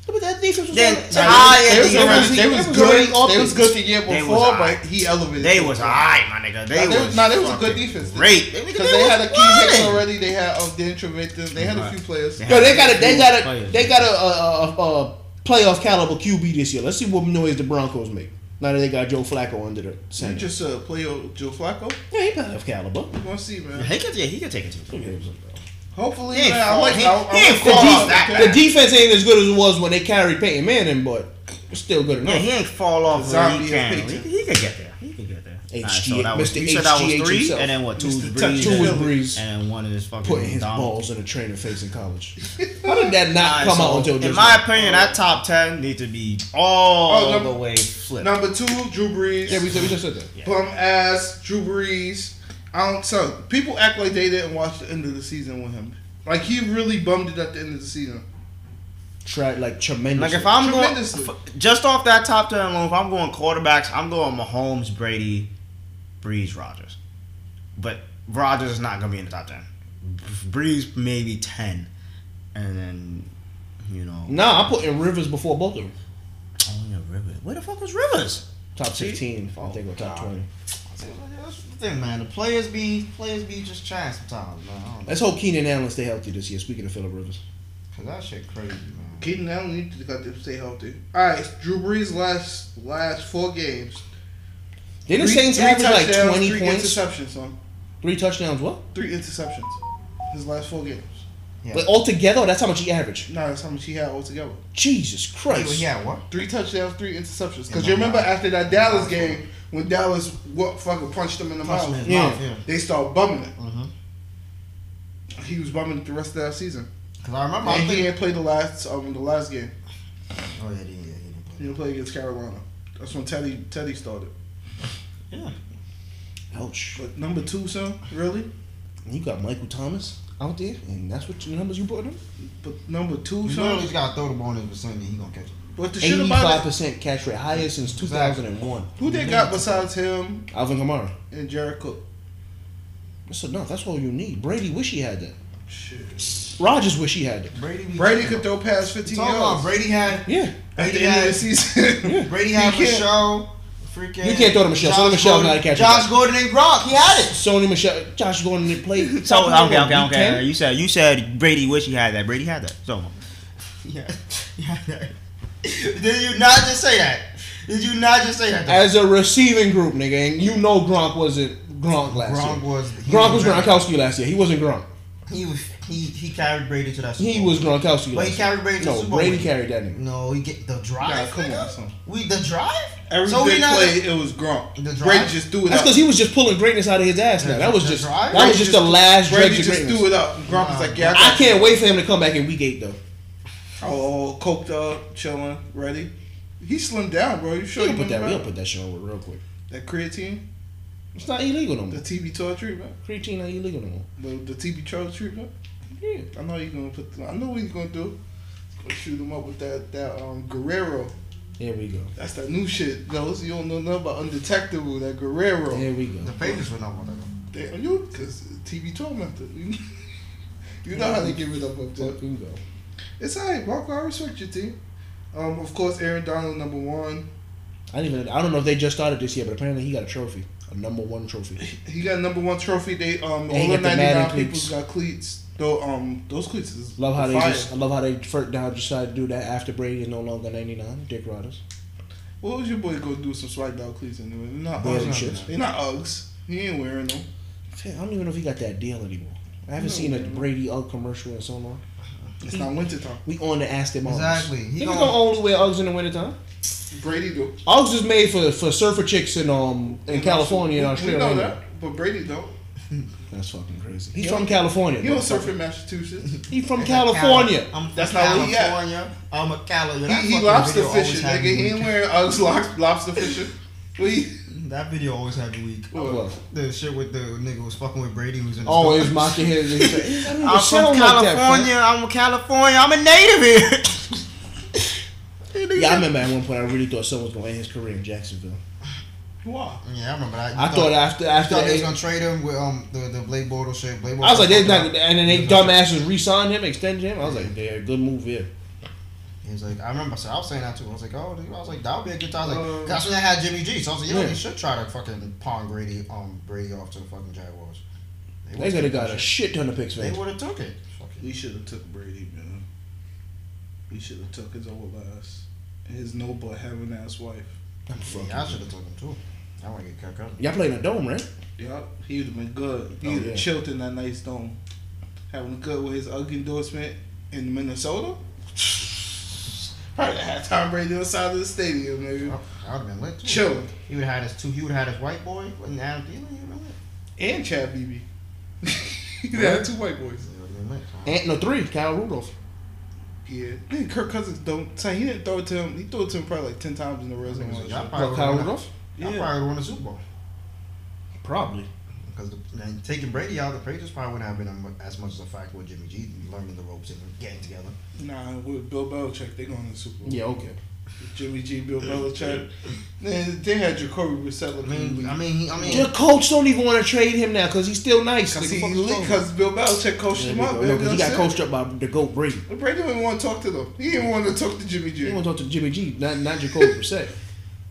But that defense was
Then
on-
Ty
They
Yeah,
was,
he was-
they
he
was
was
good.
very
They was
offensive.
good the year
They was
before,
alright.
but he elevated.
They
them.
was alright, my nigga. They,
Nah, they
was
was- nah, they was a
fucking
good defense.
Great, They- nigga,
because they had a key hits
running.
already. They had um, Dan Trevathan. They had a
Right.
few players.
Yeah.
Yo, they got a they got a
Players.
they got a, a, a, a playoff caliber QB this year. Let's see what noise the Broncos make now that they got Joe Flacco under the
You
center.
just uh, play uh, Joe Flacco.
yeah, he playoff caliber.
We gonna see, man.
He could, yeah, he could take it to.
Okay, so-
Hopefully,
He ain't
man. I
fall-
like.
he-
I, I
he ain't
like
The,
fall
Favre,
off that
def- the
bad.
defense ain't as good as it was when they carried Peyton Manning, but it's still good enough.
Yeah, he ain't fall off. where
Zombie
He can.
of
He, he could get there. He could get there.
HGH,
Alright, so that was,
Mr.
you said that was
HGH
three,
himself.
and then what? Two
Mr.
was
Touch-
Breeze,
Two was
and-
Breeze.
and then one is fucking
Putting his
Donald.
balls in a trainer face in college. How did that not
Alright,
come
so
out until
in
just
my
now?
opinion, that top ten need to be all
Oh, number-
the way flipped.
Number two, Drew Brees.
Yeah, we, said- we just said that.
Yeah.
Bum ass, Drew Brees. I don't so people act like they didn't watch the end of the season with him. Like he really bummed it at the end of the season.
Try like tremendous.
Like if I'm going
Tremendously.
f- just off that top ten alone, if I'm going quarterbacks, I'm going Mahomes, Brady, Breeze, Rogers. But Rogers is not gonna be in the top ten. Breeze maybe ten, and then you know.
nah, I'm putting Rivers before both of them.
Oh, yeah, Rivers. Where the fuck was Rivers?
Top sixteen, I think, or top
Oh,
God.
twenty.
That's the thing, man. The players be players be just trying sometimes, man. I don't know.
Let's hope Keenan Allen stay healthy this year. Speaking of Philip Rivers,
Cause that shit crazy, man.
Keaton Allen need to got to stay healthy. All right, Drew Brees last last four games.
Didn't the
Three-
Saints
three
average like
touchdowns,
twenty
three
points?
Interceptions, son.
Three touchdowns. What?
Three interceptions. His last four games.
Yeah.
But altogether, that's how much he averaged.
No, that's how much he had altogether.
Jesus
Wait,
Christ.
he had what?
Three touchdowns, three interceptions.
In
Because you
my
remember
mouth.
after that Dallas game when Dallas what fucking punched him in the
Punched him
mouth.
in
Yeah.
mouth, yeah.
They start bumming it.
Mm-hmm.
He was bumming it the rest of that season.
Cause I remember. I'm
And he
thinking,
ain't played the last um the last game.
oh yeah, he didn't. Yeah, he didn't
He
play.
didn't play against Carolina. That's when Teddy Teddy started.
Yeah.
Ouch.
But number two, son, really?
You got Michael Thomas out there, and that's what your numbers you brought him.
But number two,
You literally
son.
just gotta throw the ball in his vicinity. He gonna catch it.
But the shit
Eighty-five
about it,
percent catch rate, highest since two thousand and one.
who they got besides him
Alvin Kamara.
and Jared Cook?
That's enough. That's all you need. Brady wish he had that.
Shit.
Rogers wish he had that.
Brady. be-
Brady could throw past 15
Talk about
yards
Brady had
Yeah.
at the end of the season.
Brady had
He can't-
Michelle. Freaking.
You can't throw to Michelle. So
Josh
Michelle's
Gordon-
not a catcher.
Josh Gordon and Gronk. He had it.
Sony Michelle, Josh Gordon didn't play.
So okay, okay, okay.
Week 10?
You said you said Brady wish he had that. Brady had that. So
Yeah. yeah. Did you not just say that? Did you not just say that?
As a receiving group, nigga, and you know Gronk wasn't Gronk last
Gronk
year.
was. he
Gronk was
very-
Gronkowski last year. He wasn't Gronk.
He was. He he carried Brady to that. Super
He
Bowl.
was Gronkowski.
But he
last
carried
year.
Brady to the
No,
Super Bowl
Brady
with him.
carried that nigga.
No, he get the drive.
Nah, come
nigga.
on, son.
We the drive.
Every big
not-
play, it was Gronk.
The drive-
Brady just threw it
That's
up.
because he was just pulling greatness out of his ass. Now that was
The
just
drive?
that was just the last
Brady
dredge of
just threw
greatness.
it up. Gronk was
Nah,
like, yeah,
I
I
can't wait for him to come back in week eight though.
Oh, coked up, chilling, ready. He slimmed down, bro. You sure
We'll
you
put that.
remember
We'll put that shit on real quick.
that creatine?
It's not illegal no
The
more.
TB 12 treatment?
Creatine ain't illegal no more.
The, the TB 12 treatment?
Yeah.
I know you're going to put the, I know what he's going to do. He's gonna Shoot him up with that that um Guerrero.
There we go.
That's that new shit. Those you don't know nothing about undetectable. That Guerrero.
There we go.
The Patriots would not want that. though.
They, you because TB twelve method. You, you know how they give it up up there.
There we go.
It's alright, Marco. I respect your team. Um, of course, Aaron Donald number one.
I don't even. I don't know if they just started this year, but apparently he got a trophy, a number one trophy.
He got number one trophy. They um
And he
all the
got the
ninety
Madden
nine people
cleats.
got cleats. Though um those cleats is
Love how they
fire.
just. I love how they first now decided to do that after Brady is no longer ninety nine. Dick Riders.
What was your boy go do some swag dog cleats anyway? They're not
Barely
Uggs.
shit.
They're not Uggs. He ain't wearing them.
I don't even know if he got that deal anymore. I haven't
No,
seen a
man.
Brady Ugg commercial in so long.
It's not wintertime.
We on to ask them Uggs.
Exactly. He
He gonna,
gonna-
only wear Uggs in the wintertime.
Brady do.
Uggs is made for, for surfer chicks in um in California and
we, we
Australia.
know that. But Brady don't.
That's fucking crazy. He's
He
from
don't-
California.
He
bro.
don't surf in Massachusetts.
He's from
It's a
California.
Cali- I'm from
That's not what he got.
California. I'm a Cali.
He,
That
he
fucking
lobster
video always
fishing,
had
nigga.
me
He ain't
weak.
wearing Uggs lob- lobster fishing. We
That video always had me weak.
What?
What?
The shit with the nigga was fucking with Brady who's in the
Oh,
store.
he's mocking his. his- his- I don't even
I'm from
sound like that, fam.
California. I'm from California. I'm a native here.
Yeah, I remember at one point I really thought someone was going to end his career in Jacksonville.
why?
Yeah, I remember that. You
I thought after after
thought they was
they,
gonna trade him with um the, the Blake Bortles shit. Blake Bortles
I was like, they're not,
fucking up.
and then they dumbasses re-signed him, extended him. I was like, they're a good move here.
He was like, I remember. So I was saying that too. I was like, oh, dude. I was like, that would be a good time. I was like,
Um,
'cause that's when I had Jimmy G. So I was like, yo,
Uh, Yeah.
they should try to fucking pawn Brady um Brady off to the fucking Jaguars.
They could have got a shit ton of picks,
They
man.
would have took it. Fucking.
He should have took Brady, man. He should have took his old ass, his no but having ass wife.
I'm fucking-
Yeah, I should have took him too. I want to get Kirk Cousins.
Y'all playing a dome, right?
Yup, he would have been good. He
Oh,
would have
yeah.
chilled in that nice dome, having good with his UGG endorsement in Minnesota. Probably had Tom Brady on the side of the stadium,
I
nigga.
would have been lit too.
Chilling
He would have had his two. He would have had his white boy and Adam Thielen. He would have been lit.
and Chad Beebe. he had two white boys.
He would have been lit.
And no three, Kyle Rudolph.
Yeah, nigga, Kirk Cousins don't. son, He didn't throw it to him. He threw it to him probably like ten times in the red zone.
Y'all
Yeah,
probably
Kyle
would've won-
Rudolph,
y'all
Yeah.
probably would have won the Super Bowl.
probably.
Because taking Brady out, the Patriots probably wouldn't have been a mu- as much as a fact with Jimmy G learning the ropes and getting together.
Nah, with Bill Belichick, they going to the Super Bowl.
Yeah, okay.
Jimmy G, Bill Belichick. Man, they had Jacoby Brissett
I
looking
mean,
Mm-hmm.
I
weak.
mean, he, I mean,
The coach don't even want to trade him now because he's still nice.
Cause,
Nigga,
he,
fuck you talking about?
cause Bill Belichick coached
There we
him up.
go. No,
man.
'cause he got
That's
coached up by the goat Brady.
it. Brady didn't want to talk to them. He didn't want to talk to Jimmy
He
G.
want to talk to Jimmy G, not not Jacoby Brissett.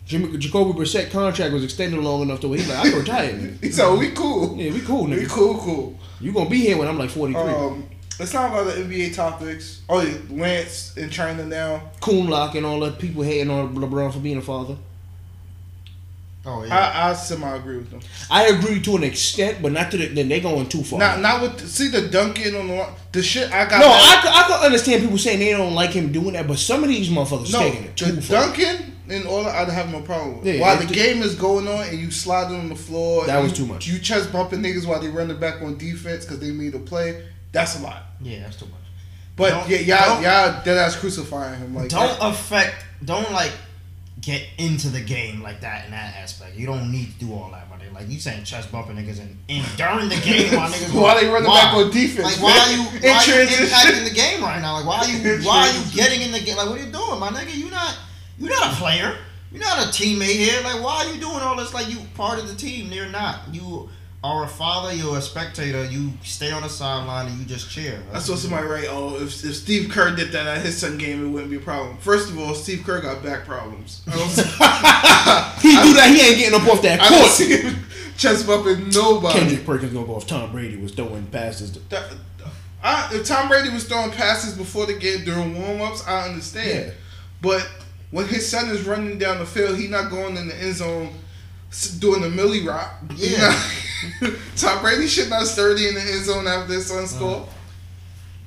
Jimmy, Jacoby Brissett contract was extended long enough to where he's like, I can retire. Nigga.
He said, "We cool.
Yeah, we cool,
We
nigga.
cool, cool."
You gonna be here when I'm like 43.
Um, Let's talk about the NBA topics. Oh, yeah, Lance in China now.
Coonlock and all the people hating on LeBron for being a father.
Oh yeah.
I, I semi agree with them.
I agree to an extent, but not to the. Then they're going too far.
Not not with see the dunking on the line- the shit I got.
no,
mad-
I, could- I could understand people saying they don't like him doing that, but some of these motherfuckers
No,
taking it too
the
far.
dunking and all that, I'd have no problem with.
Yeah,
while
it
the
did-
game is going on and you sliding on the floor,
That
and
was
you-
too much.
You chest bumping niggas while they running back on defense because they made a play. That's a lot.
Yeah, that's too much.
But
Don't-
yeah, y'all,
don't-
y'all dead ass crucifying him like
Don't
that.
affect. Don't like get into the game like that in that aspect. You don't need to do all that, my nigga. Like you saying, chest bumping niggas and, and during the game, my niggas.
While they running
why?
back on defense,
Like why are you why are
man.
you
In transition.
impacting the game right now? Like why are you
In
why are you
transition.
getting in the game? Like what are you doing, my nigga? You not you not a player. You're not a teammate here. Like why are you doing all this? Like you part of the team. You're not. You are a father. You're a spectator. You stay on the sideline and you just cheer.
I saw somebody write, "Oh, if, if Steve Kerr did that at his son game, it wouldn't be a problem." First of all, Steve Kerr got back problems. I don't see,
He do that, he ain't getting up off that
I don't
court.
see him chest bumping nobody.
Kendrick Perkins gonna go off. Tom Brady was throwing passes. To,
That- I, if Tom Brady was throwing passes before the game during warm ups, I understand.
Yeah.
But when his son is running down the field, he not going in the end zone s- doing the Millie rock. He
Yeah.
not- Tom Brady should not sturdy in the end zone after his son score.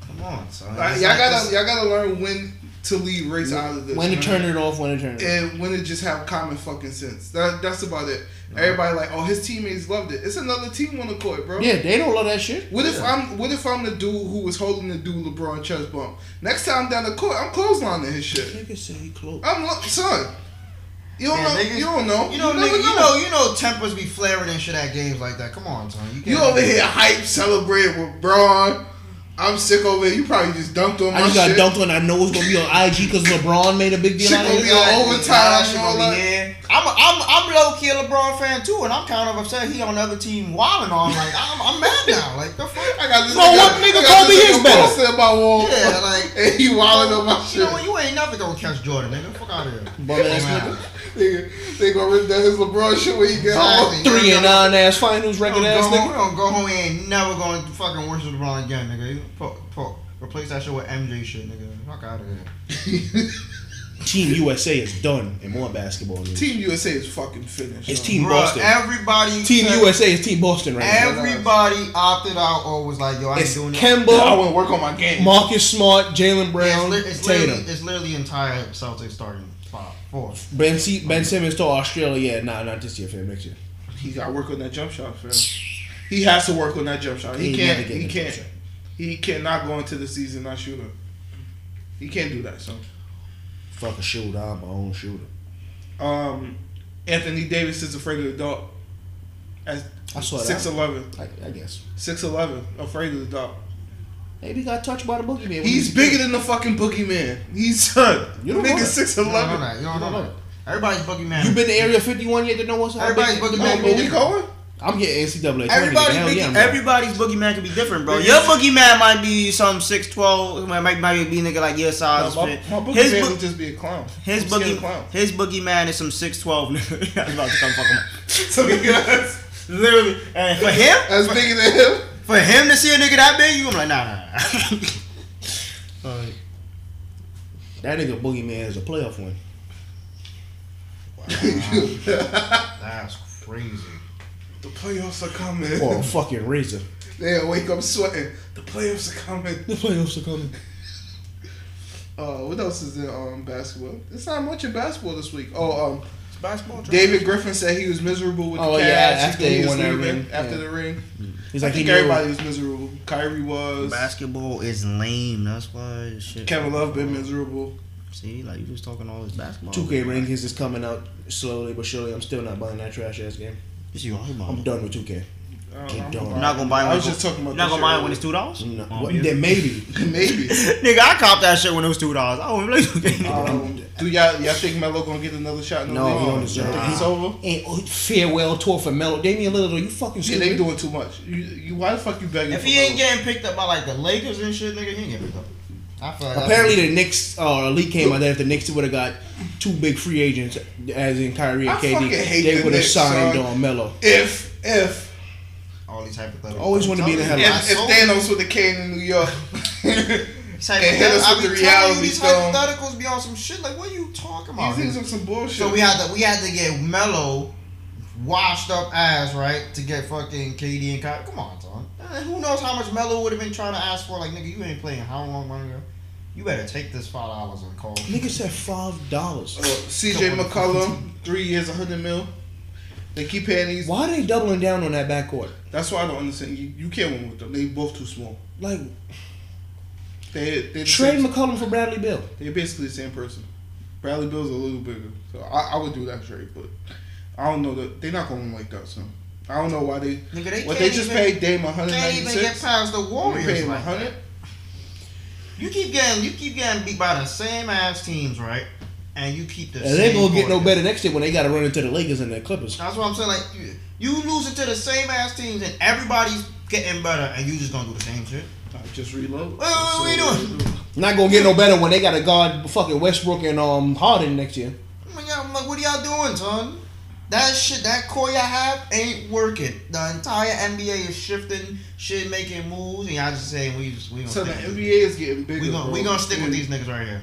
Come on,
Uh,
son.
Like,
It's
y'all
like
gotta
this-
y'all gotta learn when to leave race out of this.
when to turn it off, when to turn it off.
and when to just have common fucking sense. That that's about it.
Uh-huh.
Everybody like, oh, his teammates loved it. It's another team on the court, bro.
Yeah, they don't love that shit.
What if I'm what if I'm the dude who was holding the dude LeBron chest bump? Next time down the court, I'm clotheslining his shit.
Nigga say he close.
I'm lo- son. You don't
Yeah,
know.
niggas-
you don't know.
You know,
never
nigga, you know, you know, tempers be flaring and shit at games like that. Come on, son. You,
You
can't-
over here hype celebrating with Braun. I'm sick over it. You probably just dunked on my
I just got
shit.
dunked on. I know it's gonna be on IG because LeBron made a big deal
Shit
out
gonna
of
be
it.
on
Nah,
overtime
shit
and
gonna
all
be
that.
here. I'm, I'm, I'm low key a LeBron fan too, and I'm kind of upset he on the other team wilding on. Like, I'm, I'm mad now. Like, the fuck?
I got this.
Bro, what nigga
I got
Kobe
this
is
nigga
better?
posted in my wall.
Yeah, like.
and he wilding on my
you
shit.
know what? You ain't never gonna catch Jordan, nigga. Fuck out of here.
Bum ass
Wow.
nigga.
Nigga, they gonna rip down his LeBron shit when he get home.
Exactly.
Three and nine ass finals
Oh,
You
record
don't, go
ass
home, you
nigga.
don't go home. You ain't never gonna fucking worship LeBron again, nigga. You po- po- replace that shit with MJ shit, nigga. Fuck out of here.
Team USA is done in more basketball. League.
Team USA is fucking finished.
It's
huh?
Team
Bruh,
Boston.
Everybody.
Team
said-
USA is Team Boston right now.
Everybody opted out or was like, "Yo, I ain't
It's
doing it."
I
Kemba,
want to work on my game.
Marcus Smart, Jalen
Yeah,
Brown,
it's, li- it's literally,
Tatum.
it's literally entire Celtics starting five, four.
Ben, C- ben Simmons to Australia. Yeah, nah, not this year, fam. Next year.
He got to work on that jump shot, fam. He has to work on that jump shot. He,
He
can't.
never get
He
that jump
can't.
shot.
He cannot go into the season not shooting. He can't do that. So,
Fuck a shooter. I'm my own shooter.
um, Anthony Davis is afraid of the dog. At
I saw
six
that.
eleven,
I, I guess.
six eleven, afraid of the dog.
Maybe got touched by the boogeyman.
He's bigger than the fucking boogeyman. He's son. You
You don't know
nigga
that.
six
You don't know
eleven.
that. You don't know
Hold
that. Everybody's boogeyman.
You been to Area 51 yet to know what's
Everybody's
happening?
boogeyman.
Oh, where we going?
I'm getting NCAA.
Everybody's
Everybody's Hell
boogie,
yeah, I'm going.
everybody's boogeyman could be different, bro. Your boogeyman might be some six twelve. Might might be a nigga like your size.
my, my boogeyman
his
would
bo-
just be a clown.
his
I'm scared of
boogie
clowns.
his boogeyman is some six twelve. nigga. I was about to come fuck him. up.
So he got-
Literally, and for him,
That's bigger than him.
for him to see a nigga that big, you gonna be like nah. nah, nah. Like,
That nigga boogeyman is a playoff win.
Wow. That's crazy.
The playoffs are coming.
Or a fucking razor.
They wake up sweating. The playoffs are coming.
The playoffs are coming.
Uh, what else is in um, basketball? It's not much in basketball this week. Oh, um,
basketball.
David Griffin said he was miserable with
Oh,
the Cavs.
yeah, after
He
he
was
won that
leaving
ring.
After
Yeah.
the ring,
He's
I
like, he
think
knew.
everybody was miserable. Kyrie was.
Basketball is lame. That's why this shit.
Kevin Love been miserable.
See, like you just talking all this basketball.
2K rankings is coming out slowly but surely. I'm still not buying that trash ass game.
What you talking about?
I'm done with 2K.
I don't
Keep
know.
doing it.
You're not gonna buy. it
I
when
was
it's-
just talking about.
You're not gonna
this
buy it
shit
when it's two dollars.
No.
Oh,
Well,
yeah.
then maybe.
earlier. maybe.
Nigga, I copped that shit when it was two dollars. I don't really play
Um, do y'all y'all think Melo gonna get another shot? In the
No,
league?
he don't deserve
Y'all think
it.
He's over.
And oh, farewell tour for Melo. Damian Lillard, are you fucking
Yeah,
stupid?
they doing too much. You, you why the fuck you begging?
If
for
he ain't
Melo?
getting picked up by like the Lakers and shit, nigga, he ain't getting picked up. I feel like that's-
Apparently, the Knicks uh, league came out that if the Knicks would have got two big free agents, as in Kyrie and
I
KD,
fucking hate
they
the
would have
Knicks,
signed
son.
on Melo.
if if
all these hypotheticals.
Always wanna be in the
I'm telling you,
If, if
I told you.
Thanos would have came to New York,
These
and hit
hypotheticals-
us
I
with the
be telling
reality
you, these
stone.
hypotheticals be on some shit. Like, what are you talking about?
he's in some, some bullshit.
So we had to we had to get mellow, washed up ass right to get fucking KD and Kyrie. Come on, son. Eh, Who knows how much mellow would have been trying to ask for? Like nigga, you ain't playing how long, my nigga? You better take this five dollars and call.
Nigga said five dollars.
Uh, CJ McCollum, three years, hundred mil. They keep paying these.
Why are they doubling down on that backcourt?
That's why I don't understand. You, you can't win with them. They both too small.
Like
They they the
trade
same-
McCollum for Bradley Bill.
They're basically the same person. Bradley Bill's a little bigger, so I, I would do that trade. But I don't know that they're not going to win like that. So I don't know why they.
Nigga, they
What
can't
they just
even,
paid Dame
Can't even get
196.
past the
You paid
Warriors.
him
Like
100.
that. You keep getting you keep getting beat by the same ass teams, right? And you keep the.
And they
same
gonna get no
quarterback.
better next year when they gotta run into the Lakers and the Clippers.
That's what I'm saying. Like you, you losing to the same ass teams, and everybody's getting better, and you just gonna do the same shit.
I just reload.
Wait, wait,
So-
what you doing?
Not gonna get no better when they gotta guard fucking Westbrook and um Harden next year.
I'm like, I'm like, what are y'all doing, son? That shit, that core y'all have ain't working. The entire NBA is shifting, shit making moves, and y'all just saying we just we gonna
So the
stick with
NBA is getting bigger.
we gonna we
bro.
gonna stick with
And
these niggas right here.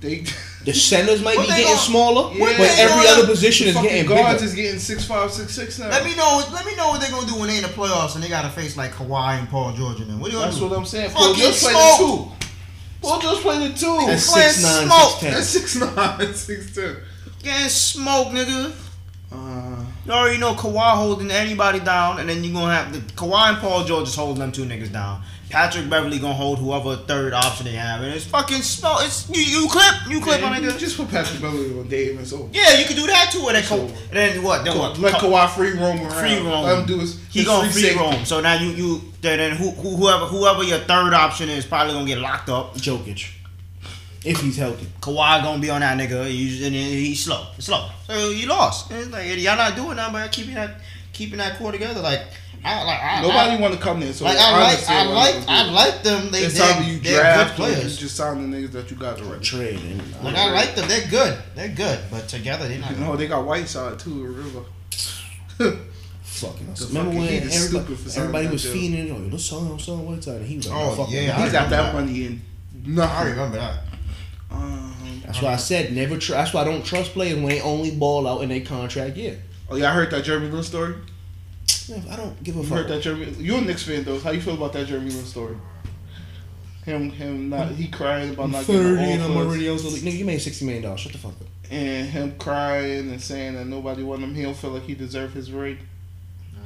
They,
The centers might
What
be
they
getting
gonna-
smaller,
Yeah.
but
What they
every
gonna-
other position is
fucking
getting
guards
bigger.
is getting six five six six now.
Let me know. Let me know what they're gonna do when they in the playoffs and they got a face like Kawhi and Paul George and them. What are you gonna
That's
do?
what I'm saying. Paul
Fucking
George played the
smoke.
two. Paul George played the two.
That's
playing
six nine,
smoke.
six ten.
That's six nine, six ten.
Getting smoked, nigga.
Uh,
You already know Kawhi holding anybody down, and then you gonna have the Kawhi and Paul George is holding them two niggas down. Patrick Beverly gonna hold whoever third option they have, and it's fucking smell. It's you, you clip, you clip, my
and you
nigga.
just put Patrick Beverly on Dame and so.
Yeah, you can do that too, and then, Ka-
So-
and then what? Then what?
Let
Ka-
Kawhi free roam around.
free roam.
Let him do his.
he
his
gonna free
safety.
roam. So now you you then, then who, who, whoever whoever your third option is probably gonna get locked up.
Jokic, if he's healthy.
Kawhi gonna be on that nigga. You just- and then he's slow, slow. So you lost. And it's like y'all not doing nothing but keeping that keeping that core together. Like I like I,
Nobody want to come there. So
Like I like
honestly,
I
what
like
I'm gonna
I
do.
like them. They
It's
they're,
time you
they're good
draft players.
players.
You just sign the niggas that you got already.
Trade and
Like I like them. They're good. They're good. But together they're not.
You know they got Whiteside too. River.
fucking.
The
Remember
fucking
when
heat is
everybody,
stupid for signing
everybody
that
was
deal.
fiending? Oh, let's sign him, sign Whiteside. And he was like,
Oh,
fuck
yeah,
that.
He got that
remember
money in.
I
No.
remember that.
Um,
That's why I said never. Tr- that's why I don't trust players when they only ball out in their contract year.
oh, y'all heard that Jeremy Lin story?
Man, I don't give a
You
fuck.
heard that Jeremy? You a Knicks fan though? How you feel about that Jeremy Lin story? Him, him, not he crying about
I'm
not
thirty
getting
and
the
I'm
offers.
already out the league. Nigga, you made sixty million dollars. Shut the fuck up.
and him crying and saying that nobody won him, he don't feel like he deserved his ring.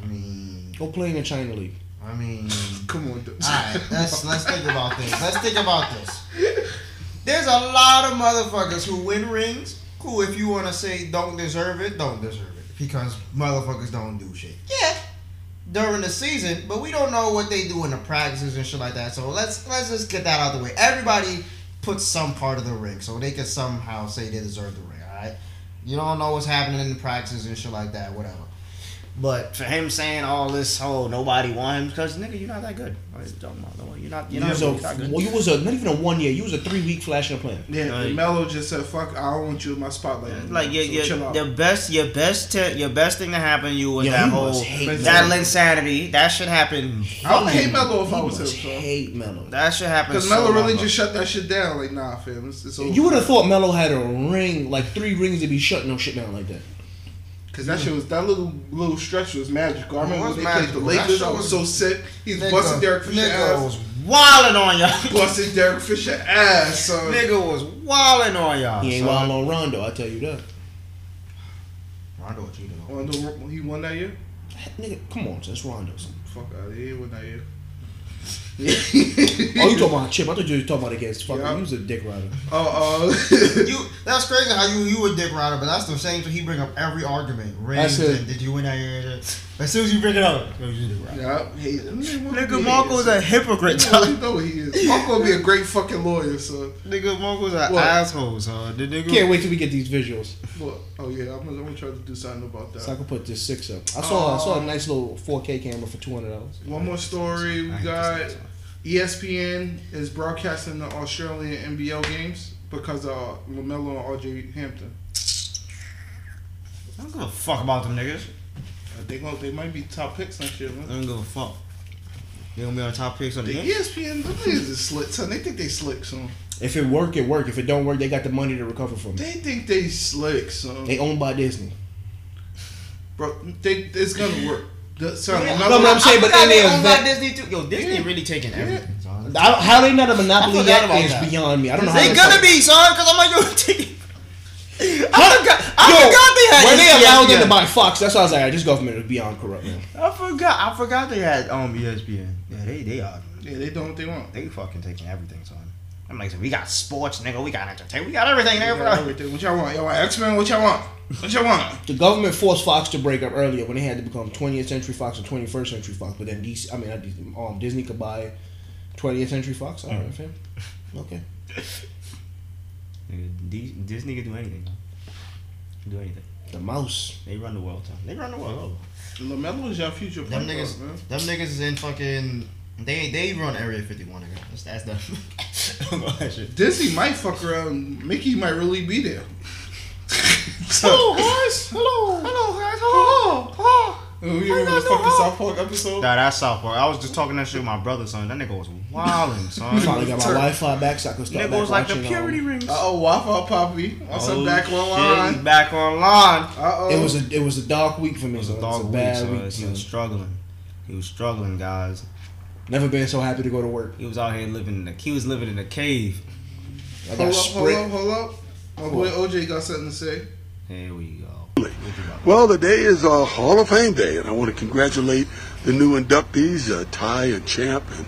I mean,
Go play in the China League.
I mean.
Come on, dude.
Alright, let's let's think about this. Let's think about this. There's a lot of motherfuckers who win rings who, if you want to say don't deserve it, don't deserve it because motherfuckers don't do shit. Yeah, during the season, but we don't know what they do in the practices and shit like that. So let's let's just get that out of the way. Everybody puts some part of the ring, so they can somehow say they deserve the ring. All right, you don't know what's happening in the practices and shit like that. Whatever. But
for him saying all this whole nobody want him because nigga you're not that good. What are you talking about? No, You're not you're
You
not,
was
you're not
a,
good.
well, you was a not even a one year. You was a three week flash in the plan.
yeah,
Like-
and Melo just said, "Fuck, I don't want you in my spotlight." anymore,
Like your
so
your,
chill out.
your best your best te- your best thing to happen to you was
Yo,
that
he
whole
must hate
that
Melo.
insanity that should happen.
I would hate Melo if I
He
was him,
must
so.
hate Melo.
That should happen.
Because Melo really just shut that shit down. Like, nah, fam, it's, it's over.
You would have thought Melo had a ring, like three rings, to be shutting no shit down like that.
Because that shit was that little little stretch was magical. I
It
remember
was
when they
magical.
played the Lakers.
That
I
shit
was
was-
so sick. He's
nigga,
busting Derek Fisher
nigga
ass.
was
wilding on y'all.
Busting Derek Fisher ass. So
nigga was wilding on y'all.
He ain't
son.
wild on Rondo. I tell you that.
Rondo cheated on.
Rondo, Oh, he won that year.
Nigga, come on, that's Rondo. son.
Fuck out, he won that year.
Oh, you talking about Chip? I thought you were talking about against fucking.
Yeah.
He was a dick rider.
Oh,
You that's crazy how you you a dick rider, but that's the same thing he bring up every argument. Rings
That's it.
and did you win that year? As soon as you bring it up, "Oh, you a dick rider."
yeah, he,
Nigga Marco's a hypocrite.
You
son.
already know he is. Marco be a great fucking lawyer, so.
nigga Marco's an
What?
asshole. So the nigga
Can't wait till we get these visuals
What? Oh yeah, I'm gonna, I'm gonna try to do something about
so I
that.
can put this six up. I saw I saw a nice little 4K camera for two hundred dollars.
One more story we
I hate this
got. E
nigga, son.
ESPN is broadcasting the Australian NBL games because uh Lamelo and RJ Hampton.
I don't give a fuck about them niggas.
I Uh, They going they might be top picks next year.
I
Uh,
Huh?
don't give a fuck. They gonna be on top picks on
The E
the game.
ESPN, them niggas is slick, son. They think they slick, son.
If it work, it work. If it don't work, they got the money to recover from it.
They think they slick, son.
They owned by Disney.
Bro, they, it's gonna work. The, son,
Yeah.
another-
No, but I'm saying, but
I forgot
in
they
the
owned by
event,
Disney too. Yo, Disney
Yeah.
really taking everything. son.
I don't- how they not a
I
monopoly
forgot
yet
about
is
that.
beyond me. I don't know. how
They
they
gonna
fuck-
be son, cause I'm like yo. take- I
Huh?
forgot. I
Yo,
forgot they had.
when they
ESPN.
allowed them to buy Fox. That's why I was like, "Alright, this government is beyond corrupt, man.
I forgot. I forgot they had um ESPN. Yeah, they they are.
Yeah, they doing what they want.
They fucking taking everything, son. I'm like, we got sports, nigga. We got entertainment. We got everything,
They
nigga.
got
bro.
everything. What y'all want? Y'all want X Men? What y'all want? What y'all want?
The government forced Fox to break up earlier when they had to become 20th Century Fox and 21st Century Fox. But then DC, I mean, not DC, um, Disney could buy 20th Century Fox. All right, fam. Okay.
Nigga, D- Disney can do anything. son. Can do anything.
The mouse.
They run the world, son. They run the world.
Lamelo is your future.
Them
point
niggas,
guard, man.
them niggas is in fucking. They they run Area 51 again. That's that's them.
Disney might fuck around. Mickey might really be there.
Hello,
so,
guys. Hello. Hello, guys.
Hello.
Hello.
we remember the fucking South Park episode?
Nah, that's South Park. I was just talking that shit with my brother, son. That nigga was wildin',
I
son.
finally got my
Turn.
Wi-Fi back, so I could start
nigga
back
was like the
watching, um,
purity rings.
Uh oh, Waffle Poppy. Also
Oh,
back
shit,
online.
he's back online.
Uh oh.
It was a it was a dark week for me.
It was
so
a dog
it was a
week,
bad
son.
week.
He
son.
was struggling. He was struggling, guys.
Never been so happy to go to work.
He was out here living in the. He was living in a cave.
I got
Hold up, hold
sprit.
up, hold up. My boy OJ got something to say.
Here we go.
Well, today is uh, Hall of Fame Day, and I want to congratulate the new inductees, uh, Ty and Champ, and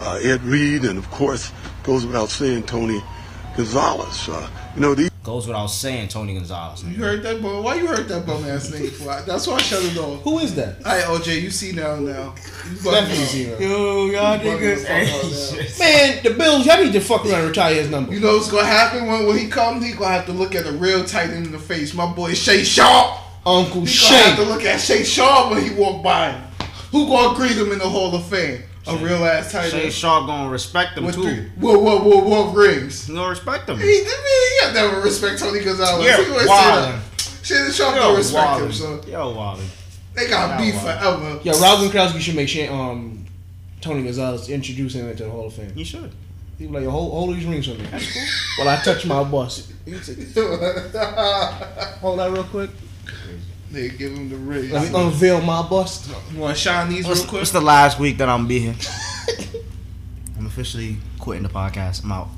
uh, Ed Reed, and of course, goes without saying, Tony Gonzalez. Uh, you know, these
Goes without saying, Tony Gonzalez.
You heard that bum? Why you heard that bum ass name? for? That's why I shut it off.
Who is that?
Alright, OJ, you see now now. You bugging
Definitely
out.
zero.
Yo, y'all
You bugging the fuck out now.
Man, the Bills. Y'all need to fuck around and retire his number.
You know what's gonna happen when, when he comes? He gonna have to look at a real titan in the face. My boy Shay Sharp.
Uncle
He gonna have to
Shay.
look at Shay Sharp when he walk by him. Who gonna greet him in the Hall of Fame? A real ass
Shay
titan.
Sharp gonna respect them
With
too.
three, whoa, whoa, whoa, whoa, rings.
He gonna respect them.
He, he, he got never respect Tony Gonzalez.
Yeah,
he always say
wildin'.
that. Shay Sharp don't respect him, so
Wildin. Yo, Wally.
they got beef
wildin'.
forever.
Yo, Rob Gronkowski should make Shan- um Tony Gonzalez introduce him into the Hall of Fame.
You should.
He was like, "Yo, hold, hold these rings for me. Well, I touch my boss. Hold that real quick.
they give him the
Let
rings.
me unveil my bust.
You want to shine these real
What's,
quick?
what's the last week that I'm be here? I'm officially quitting the podcast. I'm out.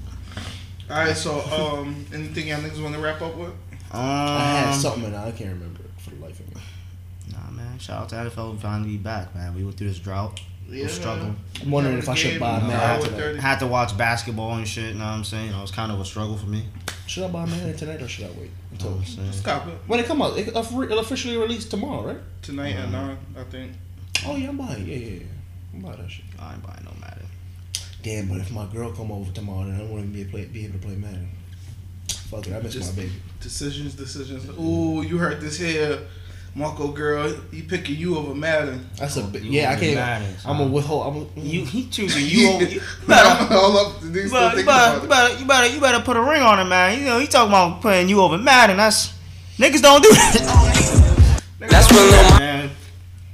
All right, so um, anything y'all niggas want to wrap up with?
Um,
I had something and I can't remember it for the life of me.
Nah, man. Shout out to NFL finally be back, man. We went through this drought.
Yeah,
we struggled.
I'm wondering if I should buy a
No, I
Manhattan
had
Hour
tonight.
to,
30.
had to watch basketball and shit. You know what I'm saying? It was kind of a struggle for me.
Should I buy a Manhattan tonight or should I wait
You
until
know what I'm saying?
Stop it
when it come out? It, it'll officially release tomorrow, right?
tonight at nine, I think.
Oh yeah, I'm buying. it. Yeah, yeah, yeah. I'm buying that shit.
I ain't buying no matter.
Damn, but if my girl come over tomorrow, then I won't even be, play, be able to play Madden. Fuck it, I miss
Just-
my baby.
Decisions, decisions. Ooh, you heard this here, Marco girl. He picking you over Madden.
That's a big,
oh, you
yeah. I
won't
can't.
be Madden,
I'm a withhold. I'm a,
You,
you.
he choosing you. over, you
I'm
better,
all up. to these
you,
still
better, you,
thinking
better, you
about it.
better, you better, you better put a ring on it, man. You know he talking about putting you over Madden. That's niggas don't do that. That's what man.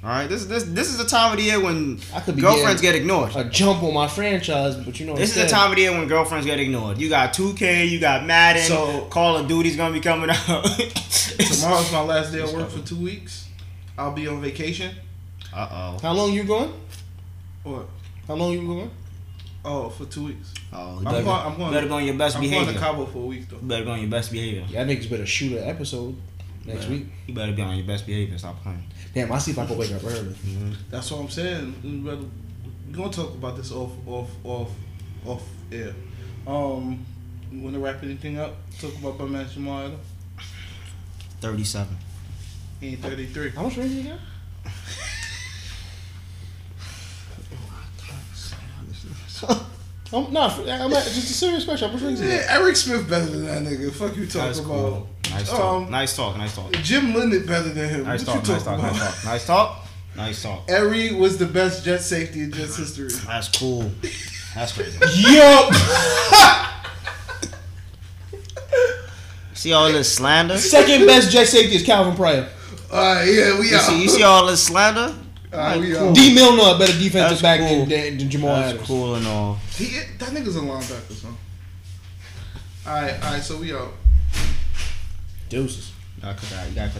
All right, this this this is the time of the year when
I could be
girlfriends get ignored.
mm, A jump on my franchise, but you know.
This is the
instead-
time of the year when girlfriends get ignored. You got 2K, you got Madden,
So-
Call of Duty's gonna be coming out.
Tomorrow's my last day of work for two weeks. I'll be on vacation.
Uh oh.
How long you going?
What?
How long you going?
Oh, for two weeks.
Oh, you
I'm
better,
going. I'm going.
better go on your best
I'm going to
behavior.
Cabo for a week though.
You better go on your best behavior.
Y'all niggas better shoot an episode next week.
You better be on your best behavior. Stop playing.
Damn, I see if I can wake up early.
That's what I'm saying. We better- We're gonna talk about this off, off, off, off air. Um, you want to wrap anything up? Talk about my man Jamal Adams.
37.
He ain't 33.
How much range you got? I'm not. I'm not. Just a serious question. How much range you got?
Yeah, Eric Smith better than that nigga. Fuck you talk
That's
about.
cool. Nice talk.
Um,
nice talk. Nice talk.
Jim Leonard better than him.
Nice
what
talk.
you
Nice talk.
talking
Nice
about?
talk. Nice talk. Nice talk.
Eric was the best jet safety in Jets history.
That's cool. That's crazy.
Yup.
See all this slander?
Second best jet safety is Calvin Pryor.
All right, yeah, we
You
out.
see, you see all this slander?
All right, we
Cool.
out.
D Milner a better defensive
That's
back
cool.
than, than, than Jamal
That's
Adams.
cool and all.
He, that nigga's a linebacker, son. All right, all right, so we out.
Deuces.
Y'all cut that- you gotta cut that